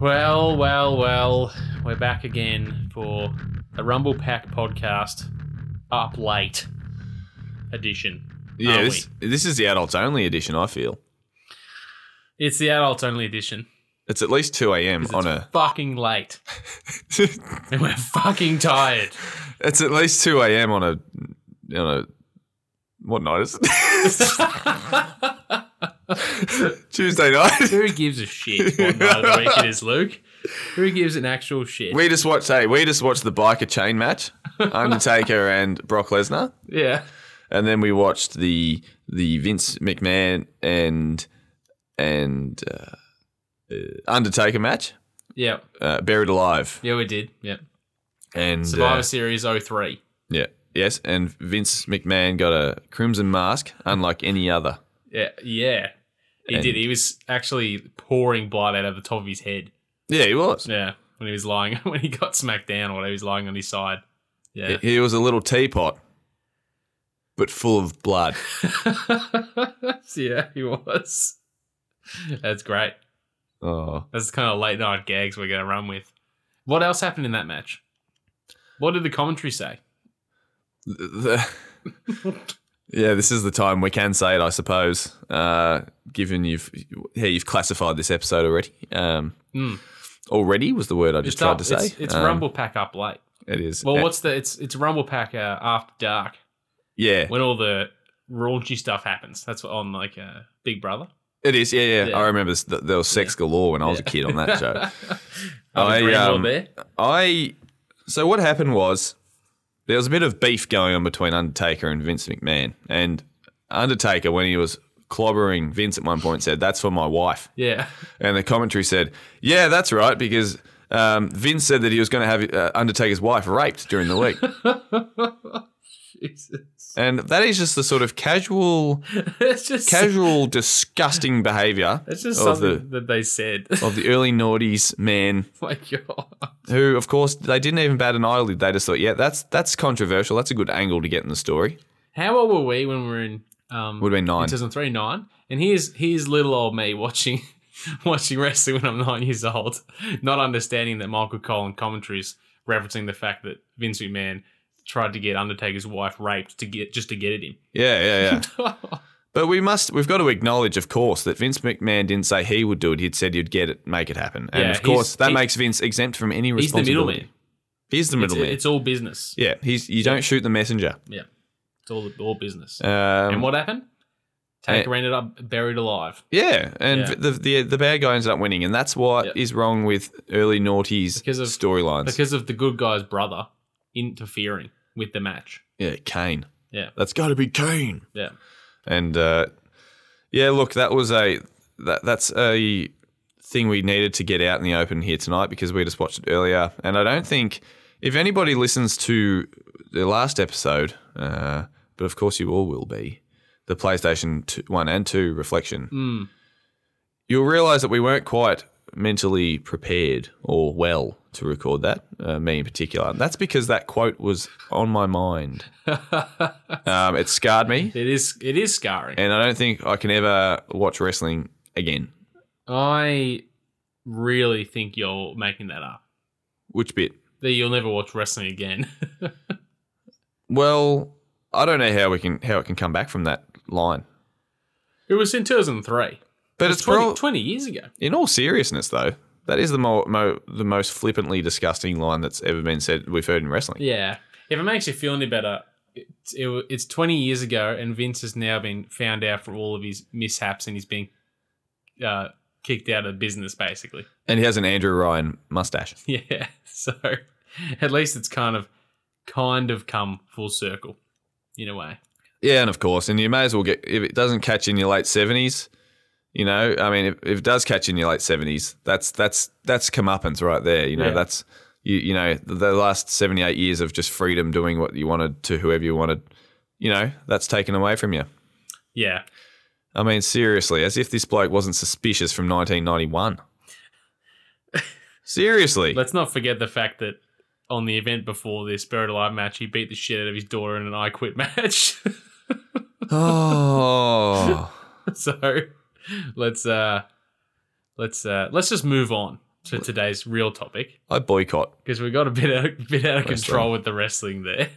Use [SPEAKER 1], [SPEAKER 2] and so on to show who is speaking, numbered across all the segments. [SPEAKER 1] Well, well, well, we're back again for the Rumble Pack podcast, up late edition.
[SPEAKER 2] Yeah,
[SPEAKER 1] Are
[SPEAKER 2] this, this is the adults only edition. I feel
[SPEAKER 1] It's the adults only edition.
[SPEAKER 2] it's at least two a.m.
[SPEAKER 1] 'cause
[SPEAKER 2] on
[SPEAKER 1] it's
[SPEAKER 2] a.
[SPEAKER 1] fucking late, and we're fucking tired.
[SPEAKER 2] it's at least two a.m. on a on a what night is it? Tuesday night.
[SPEAKER 1] Who gives a shit what night of the week it is, Luke? Who gives an actual shit?
[SPEAKER 2] We just watched. Hey, we just watched the biker chain match, Undertaker and Brock Lesnar,
[SPEAKER 1] yeah,
[SPEAKER 2] and then we watched the the Vince McMahon and and uh, uh, Undertaker match,
[SPEAKER 1] yeah,
[SPEAKER 2] uh, Buried Alive,
[SPEAKER 1] yeah. We did. Yeah,
[SPEAKER 2] and
[SPEAKER 1] Survivor
[SPEAKER 2] uh,
[SPEAKER 1] Series 03.
[SPEAKER 2] Yeah. Yes, and Vince McMahon got a crimson mask, unlike any other.
[SPEAKER 1] Yeah, yeah. He
[SPEAKER 2] And-
[SPEAKER 1] did. He was actually pouring blood out of the top of his head.
[SPEAKER 2] Yeah, he was.
[SPEAKER 1] Yeah, when he was lying, when he got smacked down or whatever, he was lying on his side. Yeah.
[SPEAKER 2] He he was a little teapot, but full of blood.
[SPEAKER 1] yeah, he was. That's great.
[SPEAKER 2] Oh,
[SPEAKER 1] That's the kind of late night gags we're going to run with. What else happened in that match? What did the commentary say?
[SPEAKER 2] The- the- yeah. This is the time we can say it, I suppose. Uh, given you've how you've classified this episode already. Um,
[SPEAKER 1] Mm.
[SPEAKER 2] already was the word I just
[SPEAKER 1] It's
[SPEAKER 2] tried
[SPEAKER 1] up-
[SPEAKER 2] to say.
[SPEAKER 1] It's, it's
[SPEAKER 2] Um,
[SPEAKER 1] Rumble Pack up late.
[SPEAKER 2] It is.
[SPEAKER 1] Well,
[SPEAKER 2] Uh,
[SPEAKER 1] what's the? It's it's Rumble Pack uh, after dark
[SPEAKER 2] Yeah,
[SPEAKER 1] when all the raunchy stuff happens. That's what on like uh, Big Brother.
[SPEAKER 2] it is. Yeah, yeah.
[SPEAKER 1] Yeah.
[SPEAKER 2] I remember this, th- there was sex galore when I was a kid on that show. I,
[SPEAKER 1] I,
[SPEAKER 2] um, I so what happened was there was a bit of beef going on between Undertaker and Vince McMahon, and Undertaker when he was clobbering Vince at one point said, "That's for my wife,"
[SPEAKER 1] yeah,
[SPEAKER 2] and the commentary said, "Yeah, that's right," because um, Vince said that he was going to have uh, Undertaker's wife raped during the week,
[SPEAKER 1] Jesus.
[SPEAKER 2] and that is just the sort of casual,
[SPEAKER 1] It's just
[SPEAKER 2] casual, disgusting behaviour
[SPEAKER 1] It's just
[SPEAKER 2] of the- Oh.
[SPEAKER 1] something that they said.
[SPEAKER 2] of the early noughties man
[SPEAKER 1] My God.
[SPEAKER 2] who, of course, they didn't even bat an eyelid. They just thought, "Yeah, that's that's controversial. That's a good angle to get in the story."
[SPEAKER 1] How old were we when we were in? Um,
[SPEAKER 2] Would have been nine.
[SPEAKER 1] 2003, nine. And here's here's little old me watching watching wrestling when I'm nine years old, not understanding that Michael Cole in commentaries referencing the fact that Vince McMahon tried to get Undertaker's wife raped to get just to get at him.
[SPEAKER 2] Yeah, yeah, yeah. but we must, we've got to acknowledge, of course, that Vince McMahon didn't say he would do it. He'd said he'd get it, make it happen. And
[SPEAKER 1] Yeah,
[SPEAKER 2] of course,
[SPEAKER 1] he's-
[SPEAKER 2] that
[SPEAKER 1] he-
[SPEAKER 2] makes Vince exempt from any
[SPEAKER 1] He's the
[SPEAKER 2] responsibility.
[SPEAKER 1] middleman.
[SPEAKER 2] He's the
[SPEAKER 1] It's,
[SPEAKER 2] middleman.
[SPEAKER 1] it's all business.
[SPEAKER 2] yeah, he's you don't shoot the messenger.
[SPEAKER 1] It's all all business.
[SPEAKER 2] Um,
[SPEAKER 1] and what happened? Taker ended up buried alive.
[SPEAKER 2] yeah, and
[SPEAKER 1] Yeah.
[SPEAKER 2] The, the the bad guy ended up winning, and that's what
[SPEAKER 1] Yeah.
[SPEAKER 2] is wrong with early noughties
[SPEAKER 1] Because of-
[SPEAKER 2] storylines.
[SPEAKER 1] because of the good guy's brother interfering with the match.
[SPEAKER 2] Yeah, Kane.
[SPEAKER 1] Yeah.
[SPEAKER 2] That's got to be Kane.
[SPEAKER 1] Yeah.
[SPEAKER 2] And uh, yeah, look, that was a that that's a thing we needed to get out in the open here tonight because we just watched it earlier, and I don't think if anybody listens to the last episode, uh, but of course you all will be the PlayStation 2, One and Two reflection.
[SPEAKER 1] Mm.
[SPEAKER 2] You'll realise that we weren't quite mentally prepared or well to record that, uh, me in particular. That's because that quote was on my mind. Um, it scarred me
[SPEAKER 1] it is it is scarring.
[SPEAKER 2] and I don't think I can ever watch wrestling again.
[SPEAKER 1] I really think you're making that up.
[SPEAKER 2] Which bit?
[SPEAKER 1] That you'll never watch wrestling again.
[SPEAKER 2] Well, I don't know how we can how it can come back from that line.
[SPEAKER 1] it was in 2003.
[SPEAKER 2] But
[SPEAKER 1] It's
[SPEAKER 2] it's
[SPEAKER 1] 20,
[SPEAKER 2] probably
[SPEAKER 1] 20 years ago.
[SPEAKER 2] in all seriousness though, that is the mo- mo- the most flippantly disgusting line that's ever been said we've heard in wrestling.
[SPEAKER 1] Yeah. If it makes you feel any better, it's, it, wa- it's 20 years ago, and Vince has now been found out for all of his mishaps, and he's being uh, kicked out of business, basically.
[SPEAKER 2] And he has an Andrew Ryan mustache.
[SPEAKER 1] Yeah. So at least it's kind of kind of come full circle in a way.
[SPEAKER 2] Yeah, and of course, and you may as well get if it doesn't catch you in your late seventies. You know, I mean, if, if it does catch you in your late seventies, that's that's that's comeuppance right there. You know,
[SPEAKER 1] Yeah.
[SPEAKER 2] that's you you know the, the last seventy eight years of just freedom, doing what you wanted to whoever you wanted. You know, that's taken away from you.
[SPEAKER 1] Yeah.
[SPEAKER 2] I mean, seriously, as if this bloke wasn't suspicious from nineteen ninety one. Seriously,
[SPEAKER 1] Let's not forget the fact that on the event before this Buried Alive match, he beat the shit out of his daughter in an I Quit match.
[SPEAKER 2] oh,
[SPEAKER 1] so let's uh let's uh let's just move on to today's real topic
[SPEAKER 2] I boycott.
[SPEAKER 1] because we got a bit out, bit out of
[SPEAKER 2] Wrestling.
[SPEAKER 1] control with the wrestling there.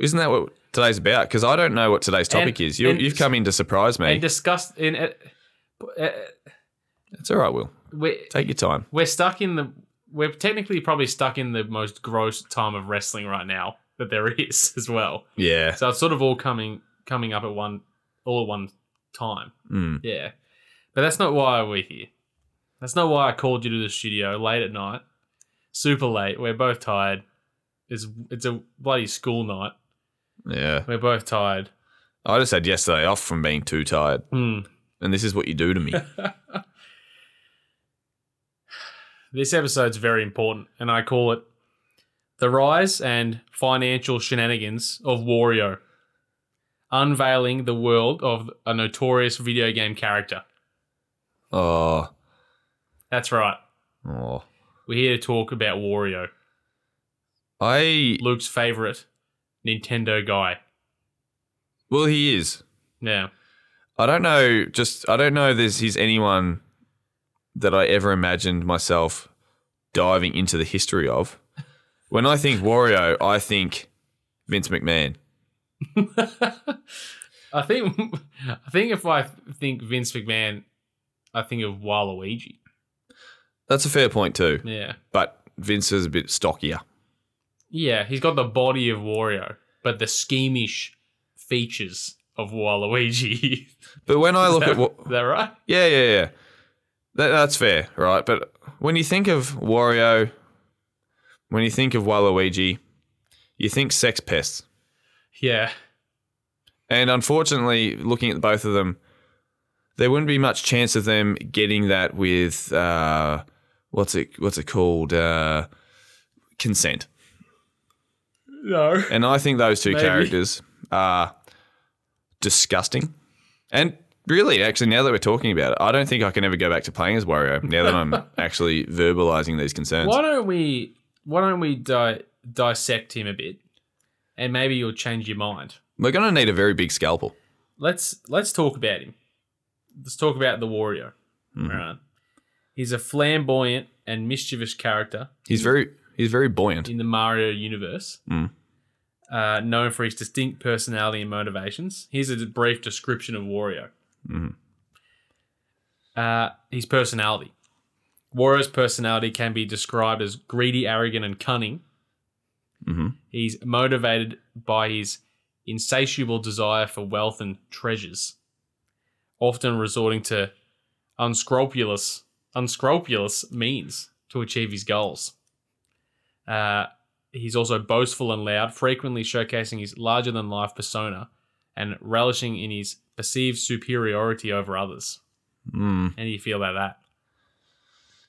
[SPEAKER 2] Isn't that what today's about? Because I don't know what today's topic
[SPEAKER 1] And-
[SPEAKER 2] is. You,
[SPEAKER 1] and-
[SPEAKER 2] you've come in to surprise me.
[SPEAKER 1] And discussed in uh, uh,
[SPEAKER 2] it's all right, Will.
[SPEAKER 1] we
[SPEAKER 2] Take your time.
[SPEAKER 1] we're stuck in the we're technically probably stuck in the most gross time of wrestling right now that there is as well.
[SPEAKER 2] Yeah.
[SPEAKER 1] So it's sort of all coming coming up at one all at one time.
[SPEAKER 2] Mm.
[SPEAKER 1] Yeah. But that's not why we're here. That's not why I called you to the studio late at night. Super late. We're both tired. It's it's a bloody school night.
[SPEAKER 2] Yeah.
[SPEAKER 1] We're both tired.
[SPEAKER 2] I just had yesterday off from being too tired,
[SPEAKER 1] Hmm.
[SPEAKER 2] and this is what you do to me.
[SPEAKER 1] this episode's very important, and I call it The Rise and Financial Shenanigans of Wario. Unveiling the world of a notorious video game character.
[SPEAKER 2] oh.
[SPEAKER 1] That's right.
[SPEAKER 2] Oh.
[SPEAKER 1] We're here to talk about Wario,
[SPEAKER 2] I.
[SPEAKER 1] Luke's favorite Nintendo guy.
[SPEAKER 2] Well, he is.
[SPEAKER 1] Yeah.
[SPEAKER 2] I don't know. Just I don't know. There's he's anyone that I ever imagined myself diving into the history of. When I think Wario, I think Vince McMahon.
[SPEAKER 1] I think I think if I think Vince McMahon, I think of Waluigi.
[SPEAKER 2] That's a fair point too,
[SPEAKER 1] Yeah.
[SPEAKER 2] but Vince is a bit stockier.
[SPEAKER 1] Yeah, he's got the body of Wario, but the schemish features of Waluigi.
[SPEAKER 2] But when I look
[SPEAKER 1] is,
[SPEAKER 2] at
[SPEAKER 1] that,
[SPEAKER 2] what,
[SPEAKER 1] is that right?
[SPEAKER 2] yeah, yeah, yeah, that, that's fair, right? But when you think of Wario, when you think of Waluigi, you think sex pests.
[SPEAKER 1] Yeah.
[SPEAKER 2] And unfortunately, looking at both of them, there wouldn't be much chance of them getting that with uh, what's it what's it called uh, consent.
[SPEAKER 1] No.
[SPEAKER 2] And I think those two
[SPEAKER 1] Maybe.
[SPEAKER 2] characters are disgusting. And really, actually, now that we're talking about it, I don't think I can ever go back to playing as Wario. Now that I'm actually verbalizing these concerns,
[SPEAKER 1] Why don't we why don't we di- dissect him a bit? And maybe you'll change your mind.
[SPEAKER 2] we're going to need a very big scalpel.
[SPEAKER 1] Let's let's talk about him. Let's talk about the Wario.
[SPEAKER 2] Mhm.
[SPEAKER 1] All right. He's a flamboyant and mischievous character
[SPEAKER 2] He's very he's very buoyant.
[SPEAKER 1] in the Mario universe,
[SPEAKER 2] Mm.
[SPEAKER 1] uh, known for his distinct personality and motivations. Here's a brief description of Wario.
[SPEAKER 2] Mhm.
[SPEAKER 1] Uh, his personality. Wario's personality can be described as greedy, arrogant, and cunning.
[SPEAKER 2] hmm
[SPEAKER 1] He's motivated by his insatiable desire for wealth and treasures, often resorting to unscrupulous, unscrupulous means to achieve his goals. Uh, he's also boastful and loud, frequently showcasing his larger than life persona and relishing in his perceived superiority over others.
[SPEAKER 2] Mm.
[SPEAKER 1] How do you feel about that?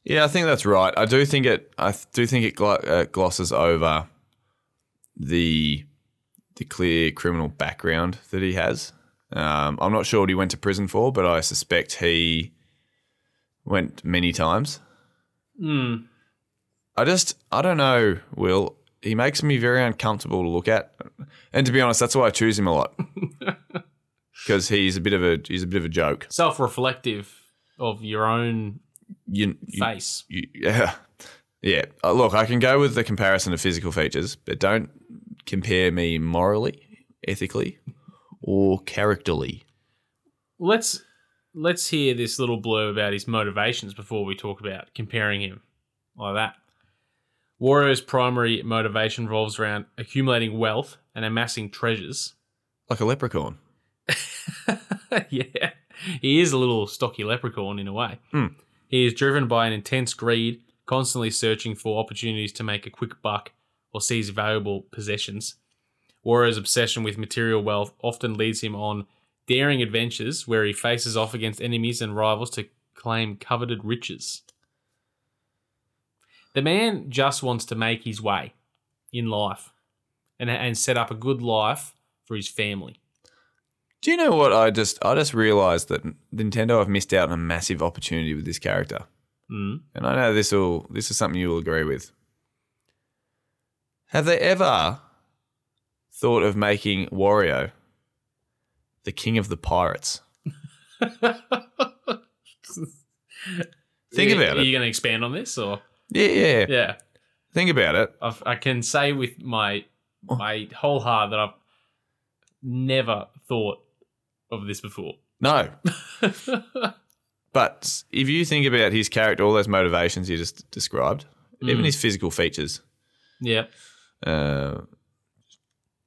[SPEAKER 2] Yeah, I think that's right. I do think it. I th- do think it glo- uh, glosses over the the clear criminal background that he has. Um, I'm not sure what he went to prison for, but I suspect he went many times.
[SPEAKER 1] Hmm.
[SPEAKER 2] I just, I don't know, Will. He makes me very uncomfortable to look at, and to be honest, that's why I choose him a lot because he's a bit of a he's a bit of a joke.
[SPEAKER 1] Self-reflective of your own
[SPEAKER 2] You, you
[SPEAKER 1] face.
[SPEAKER 2] you, yeah, yeah. Uh, look, I can go with the comparison of physical features, but don't compare me morally, ethically, or characterly.
[SPEAKER 1] let's let's hear this little blurb about his motivations before we talk about comparing him like that. Wario's primary motivation revolves around accumulating wealth and amassing treasures.
[SPEAKER 2] Like a leprechaun.
[SPEAKER 1] yeah, he is a little stocky leprechaun in a way.
[SPEAKER 2] Hmm.
[SPEAKER 1] He is driven by an intense greed, constantly searching for opportunities to make a quick buck or seize valuable possessions. Wario's obsession with material wealth often leads him on daring adventures where he faces off against enemies and rivals to claim coveted riches. The man just wants to make his way in life and, and set up a good life for his family.
[SPEAKER 2] Do you know what I just? I just realised that Nintendo have missed out on a massive opportunity with this character,
[SPEAKER 1] Mm.
[SPEAKER 2] and I know this will. This is something you will agree with. Have they ever thought of making Wario the king of the pirates? Think about
[SPEAKER 1] Are
[SPEAKER 2] it.
[SPEAKER 1] you going to expand on this, or
[SPEAKER 2] Yeah, yeah.
[SPEAKER 1] Yeah,
[SPEAKER 2] Think about it.
[SPEAKER 1] I've, I can say with my
[SPEAKER 2] Oh.
[SPEAKER 1] my whole heart that I've never thought of this before.
[SPEAKER 2] No. But if you think about his character, all those motivations you just described, even
[SPEAKER 1] Mm.
[SPEAKER 2] his physical features,
[SPEAKER 1] yeah.
[SPEAKER 2] uh,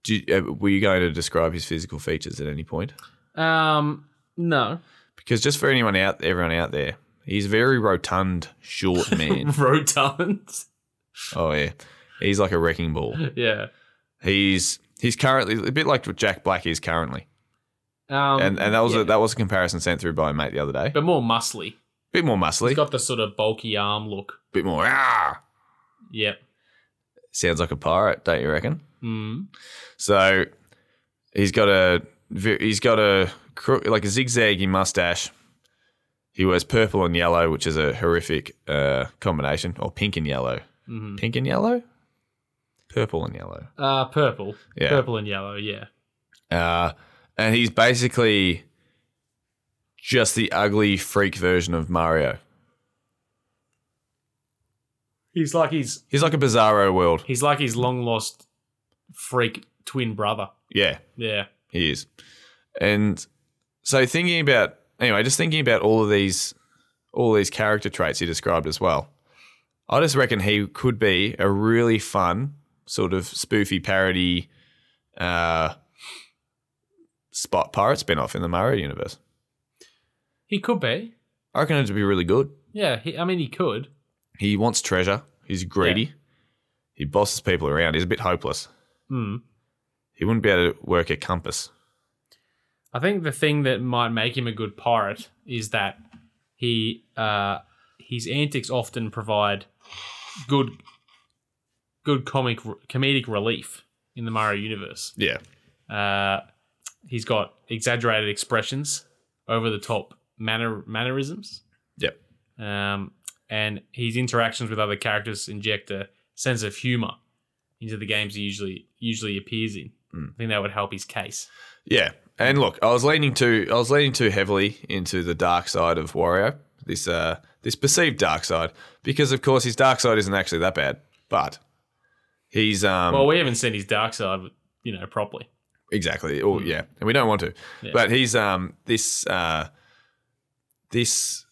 [SPEAKER 2] do you, uh, were you going to describe his physical features at any point?
[SPEAKER 1] Um. No.
[SPEAKER 2] Because just for anyone out, everyone out there, he's a very rotund, short man.
[SPEAKER 1] Rotund.
[SPEAKER 2] oh yeah, he's like a wrecking ball.
[SPEAKER 1] yeah.
[SPEAKER 2] He's he's currently a bit like what Jack Black is currently,
[SPEAKER 1] Um.
[SPEAKER 2] and and that was
[SPEAKER 1] yeah.
[SPEAKER 2] a, that was a comparison sent through by a mate the other day.
[SPEAKER 1] But more muscly.
[SPEAKER 2] bit more muscly,
[SPEAKER 1] He's got the sort of bulky arm look.
[SPEAKER 2] bit more. Ah,
[SPEAKER 1] Yep.
[SPEAKER 2] sounds like a pirate, don't you reckon?
[SPEAKER 1] Mm.
[SPEAKER 2] So he's got a he's got a cro- like a zigzaggy mustache. He wears purple and yellow, which is a horrific uh, combination, or pink and yellow.
[SPEAKER 1] hmm
[SPEAKER 2] Pink and yellow, purple and yellow.
[SPEAKER 1] Uh, purple.
[SPEAKER 2] Yeah.
[SPEAKER 1] Purple and yellow. Yeah.
[SPEAKER 2] Uh, and he's basically just the ugly freak version of Mario.
[SPEAKER 1] He's like he's
[SPEAKER 2] He's like a bizarro world.
[SPEAKER 1] he's like his long lost freak twin brother.
[SPEAKER 2] Yeah,
[SPEAKER 1] Yeah.
[SPEAKER 2] He is. And so thinking about anyway, just thinking about all of these all these character traits he described as well. I just reckon he could be a really fun sort of spoofy parody uh spot pirate spin-off in the Mario universe.
[SPEAKER 1] He could be.
[SPEAKER 2] I reckon it'd be really good.
[SPEAKER 1] Yeah. He, I mean, he could.
[SPEAKER 2] He wants treasure, he's greedy, he bosses people around, he's a bit hopeless.
[SPEAKER 1] Mm.
[SPEAKER 2] He wouldn't be able to work a compass.
[SPEAKER 1] I think the thing that might make him a good pirate is that he uh, his antics often provide good good comic comedic relief in the Mario universe.
[SPEAKER 2] Yeah.
[SPEAKER 1] Uh, he's got exaggerated expressions, over the top manner mannerisms.
[SPEAKER 2] Yep.
[SPEAKER 1] Um, and his interactions with other characters inject a sense of humor into the games he usually usually appears in.
[SPEAKER 2] Mm.
[SPEAKER 1] I think that would help his case.
[SPEAKER 2] Yeah, and look, I was leaning too, I was leaning too heavily into the dark side of Wario. This, uh, this perceived dark side, because of course his dark side isn't actually that bad, but he's um
[SPEAKER 1] well, we haven't seen his dark side, you know, properly.
[SPEAKER 2] exactly. Oh
[SPEAKER 1] Hmm.
[SPEAKER 2] yeah, and we don't want to,
[SPEAKER 1] Yeah.
[SPEAKER 2] but he's um this uh this.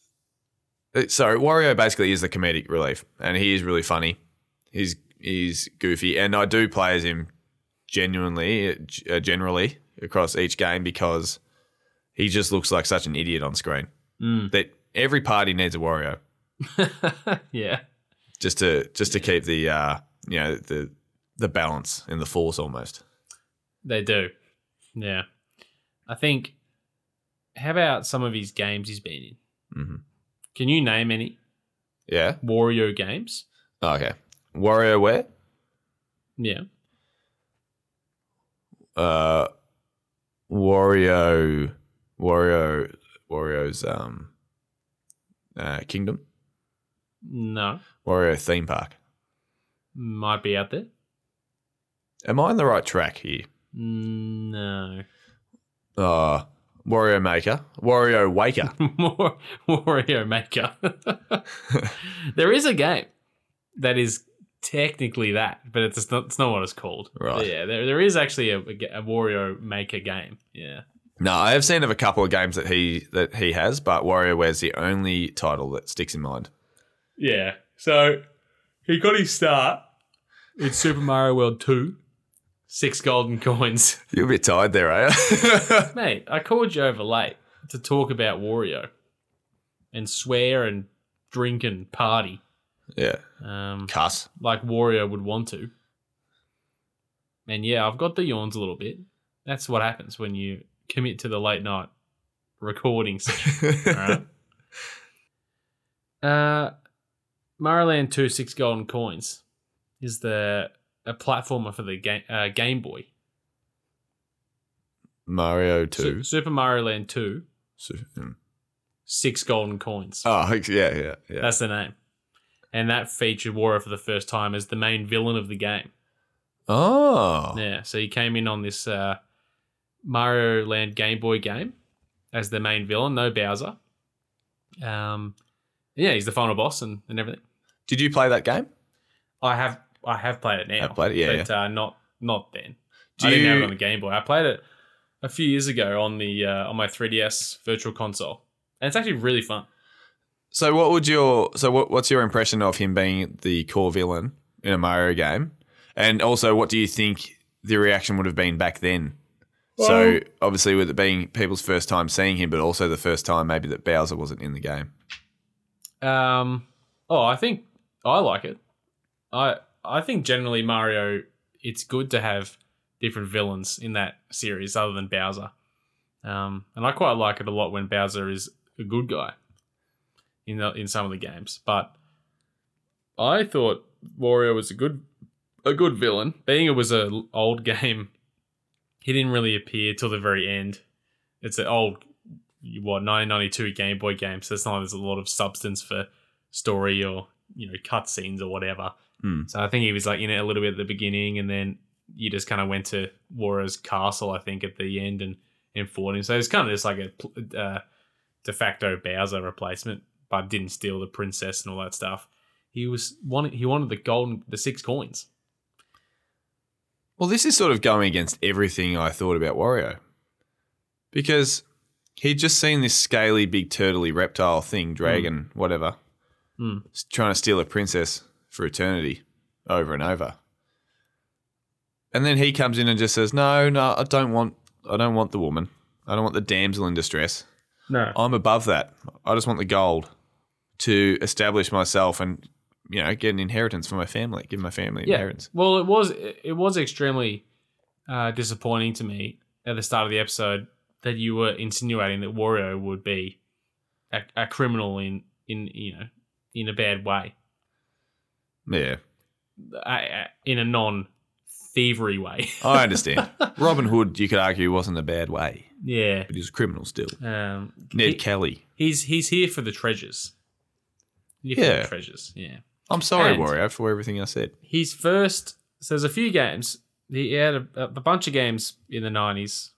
[SPEAKER 2] uh, Sorry, Wario basically is the comedic relief, and he is really funny. He's he's goofy, and I do play as him genuinely, uh, g- uh, generally across each game because he just looks like such an idiot on screen
[SPEAKER 1] Mm.
[SPEAKER 2] that every party needs a Wario
[SPEAKER 1] yeah.
[SPEAKER 2] just to just to keep the uh, you know the the balance and the force almost.
[SPEAKER 1] They do. Yeah. I think. How about some of his games he's been in?
[SPEAKER 2] Mhm.
[SPEAKER 1] Can you name any
[SPEAKER 2] Yeah. Oh,
[SPEAKER 1] Wario games?
[SPEAKER 2] Okay. Wario where?
[SPEAKER 1] Yeah.
[SPEAKER 2] uh, Wario, Wario, Wario's um, uh, kingdom,
[SPEAKER 1] No.
[SPEAKER 2] Wario theme park.
[SPEAKER 1] Might be out there.
[SPEAKER 2] Am I on the right track here?
[SPEAKER 1] No.
[SPEAKER 2] Uh, Wario Maker, Wario Waker.
[SPEAKER 1] More Wario Maker. there is a game that is technically that, but it's not, it's not what it's called.
[SPEAKER 2] Right.
[SPEAKER 1] Yeah, there, there is actually a, a, ga- a Wario Maker game. Yeah.
[SPEAKER 2] no, I have seen of a couple of games that he that he has, but WarioWare's the only title that sticks in mind.
[SPEAKER 1] Yeah. So he got his start in Super Mario World 2, six golden coins.
[SPEAKER 2] You're a bit tired there, eh?
[SPEAKER 1] Mate, I called you over late to talk about Wario and swear and drink and party.
[SPEAKER 2] yeah.
[SPEAKER 1] Um,
[SPEAKER 2] Cuss.
[SPEAKER 1] like Wario would want to. And yeah, I've got the yawns a little bit. That's what happens when you commit to the late night recording session. Alright. Uh, Mario Land 2 Six Golden Coins is the a platformer for the game uh, Game Boy.
[SPEAKER 2] Mario
[SPEAKER 1] Su-
[SPEAKER 2] Two.
[SPEAKER 1] Super Mario Land 2
[SPEAKER 2] Su- mm.
[SPEAKER 1] Six Golden Coins.
[SPEAKER 2] oh, yeah, yeah, yeah.
[SPEAKER 1] That's the name. And that featured Wario for the first time as the main villain of the game.
[SPEAKER 2] Oh,
[SPEAKER 1] Yeah, so he came in on this uh, Mario Land Game Boy game as the main villain, no Bowser. Um, yeah, he's the final boss and, and everything.
[SPEAKER 2] Did you play that game?
[SPEAKER 1] I have I have played it now.
[SPEAKER 2] Have played it, yeah,
[SPEAKER 1] but Uh, not not then.
[SPEAKER 2] Do
[SPEAKER 1] I didn't have
[SPEAKER 2] you-
[SPEAKER 1] it on the Game Boy. I played it a few years ago on the uh, on my 3DS Virtual Console, and it's actually really fun.
[SPEAKER 2] So what would your so what, what's your impression of him being the core villain in a Mario game? And also what do you think the reaction would have been back then? so
[SPEAKER 1] Well-
[SPEAKER 2] obviously with it being people's first time seeing him, but also the first time maybe that Bowser wasn't in the game.
[SPEAKER 1] Um, oh, I think I like it. I I think generally Mario, it's good to have different villains in that series other than Bowser. Um, and I quite like it a lot when Bowser is a good guy in the, in some of the games. But I thought Wario was a good a good villain. Being it was an l- old game, he didn't really appear till the very end. It's an old what 1992 Game Boy game, so it's not like there's a lot of substance for story or you know cutscenes or whatever.
[SPEAKER 2] Hmm.
[SPEAKER 1] So I think he was like in it a little bit at the beginning, and then you just kind of went to Wario's castle, I think, at the end and and fought him. So it's kind of just like a pl- uh, de facto Bowser replacement, but didn't steal the princess and all that stuff. He was wanted he wanted the golden the six coins.
[SPEAKER 2] Well, this is sort of going against everything I thought about Wario. Because he'd just seen this scaly, big, turtley reptile thing, dragon, whatever,
[SPEAKER 1] Hmm.
[SPEAKER 2] s- trying to steal a princess for eternity over and over. And then he comes in and just says, No, no, I don't want I don't want the woman. I don't want the damsel in distress.
[SPEAKER 1] No,
[SPEAKER 2] I'm above that. I just want the gold to establish myself and you know, get an inheritance for my family, give my family
[SPEAKER 1] Yeah.
[SPEAKER 2] inheritance.
[SPEAKER 1] Well, it was it was extremely uh, disappointing to me at the start of the episode that you were insinuating that Wario would be a, a criminal in in you know in a bad way,
[SPEAKER 2] Yeah.
[SPEAKER 1] I- I- in a non thievery way.
[SPEAKER 2] I understand. Robin Hood, you could argue, wasn't a bad way,
[SPEAKER 1] yeah.
[SPEAKER 2] but he was a criminal still.
[SPEAKER 1] Um,
[SPEAKER 2] Ned
[SPEAKER 1] he-
[SPEAKER 2] Kelly.
[SPEAKER 1] he's he's here for the treasures. Here for the
[SPEAKER 2] Yeah.
[SPEAKER 1] treasures. Yeah.
[SPEAKER 2] I'm sorry,
[SPEAKER 1] And-
[SPEAKER 2] Wario, for everything I said.
[SPEAKER 1] his first so there's a few games he had a, a bunch of games in the 90s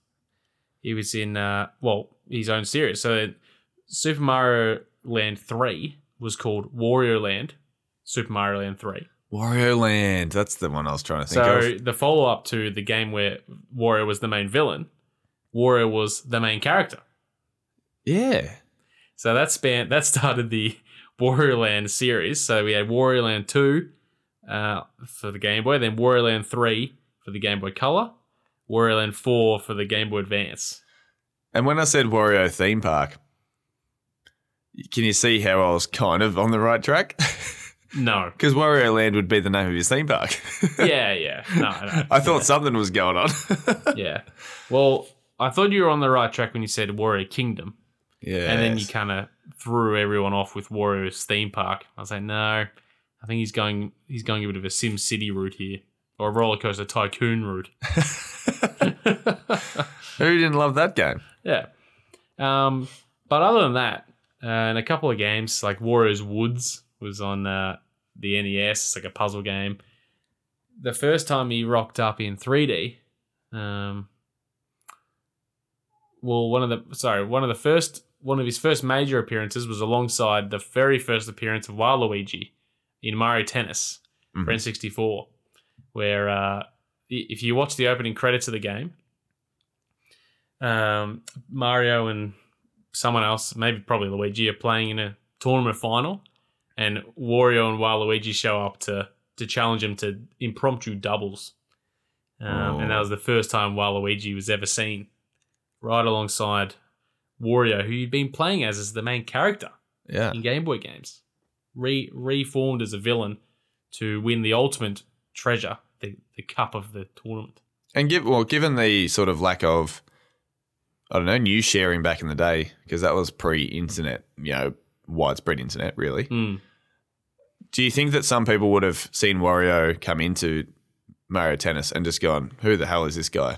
[SPEAKER 1] he was in uh, well his own series so super mario land 3 was called wario land super mario land 3
[SPEAKER 2] Wario Land. That's the one I was trying to think
[SPEAKER 1] so
[SPEAKER 2] of.
[SPEAKER 1] the follow-up to the game where wario was the main villain wario was the main character
[SPEAKER 2] Yeah.
[SPEAKER 1] So that span that started the Wario Land series. So we had Wario Land two uh, for the Game Boy, then Wario Land three for the Game Boy Color, Wario Land four for the Game Boy Advance.
[SPEAKER 2] And when I said Wario theme park, can you see how I was kind of on the right track?
[SPEAKER 1] No,
[SPEAKER 2] Because Wario Land would be the name of his theme park.
[SPEAKER 1] yeah, yeah, no, no.
[SPEAKER 2] I thought something was going on.
[SPEAKER 1] yeah. Well, I thought you were on the right track when you said Wario Kingdom,
[SPEAKER 2] yeah.
[SPEAKER 1] and then you kind of threw everyone off with Wario's theme park. I was like, no, I think he's going he's going a bit of a Sim City route here, or a roller coaster tycoon route.
[SPEAKER 2] Who didn't love that game?
[SPEAKER 1] Yeah. Um, but other than that, uh, and a couple of games like Wario's Woods was on uh, the NES, it's like a puzzle game. The first time he rocked up in 3D, um, well, one of the sorry, one of the first one of his first major appearances was alongside the very first appearance of Waluigi in Mario Tennis
[SPEAKER 2] Mhm.
[SPEAKER 1] for N64, where uh, i- if you watch the opening credits of the game, um, Mario and someone else, maybe probably Luigi, are playing in a tournament final, and Wario and Waluigi show up to to challenge him to impromptu doubles, um, and that
[SPEAKER 2] Oh.
[SPEAKER 1] was the first time Waluigi was ever seen, right alongside Wario, who you'd been playing as as the main character
[SPEAKER 2] Yeah.
[SPEAKER 1] in Game Boy games, re reformed as a villain to win the ultimate treasure, the the cup of the tournament.
[SPEAKER 2] And give well, given the sort of lack of, I don't know, news sharing back in the day, because that was pre-internet, you know, widespread internet, really.
[SPEAKER 1] Hmm.
[SPEAKER 2] Do you think that some people would have seen Wario come into Mario Tennis and just gone, "Who the hell is this guy?"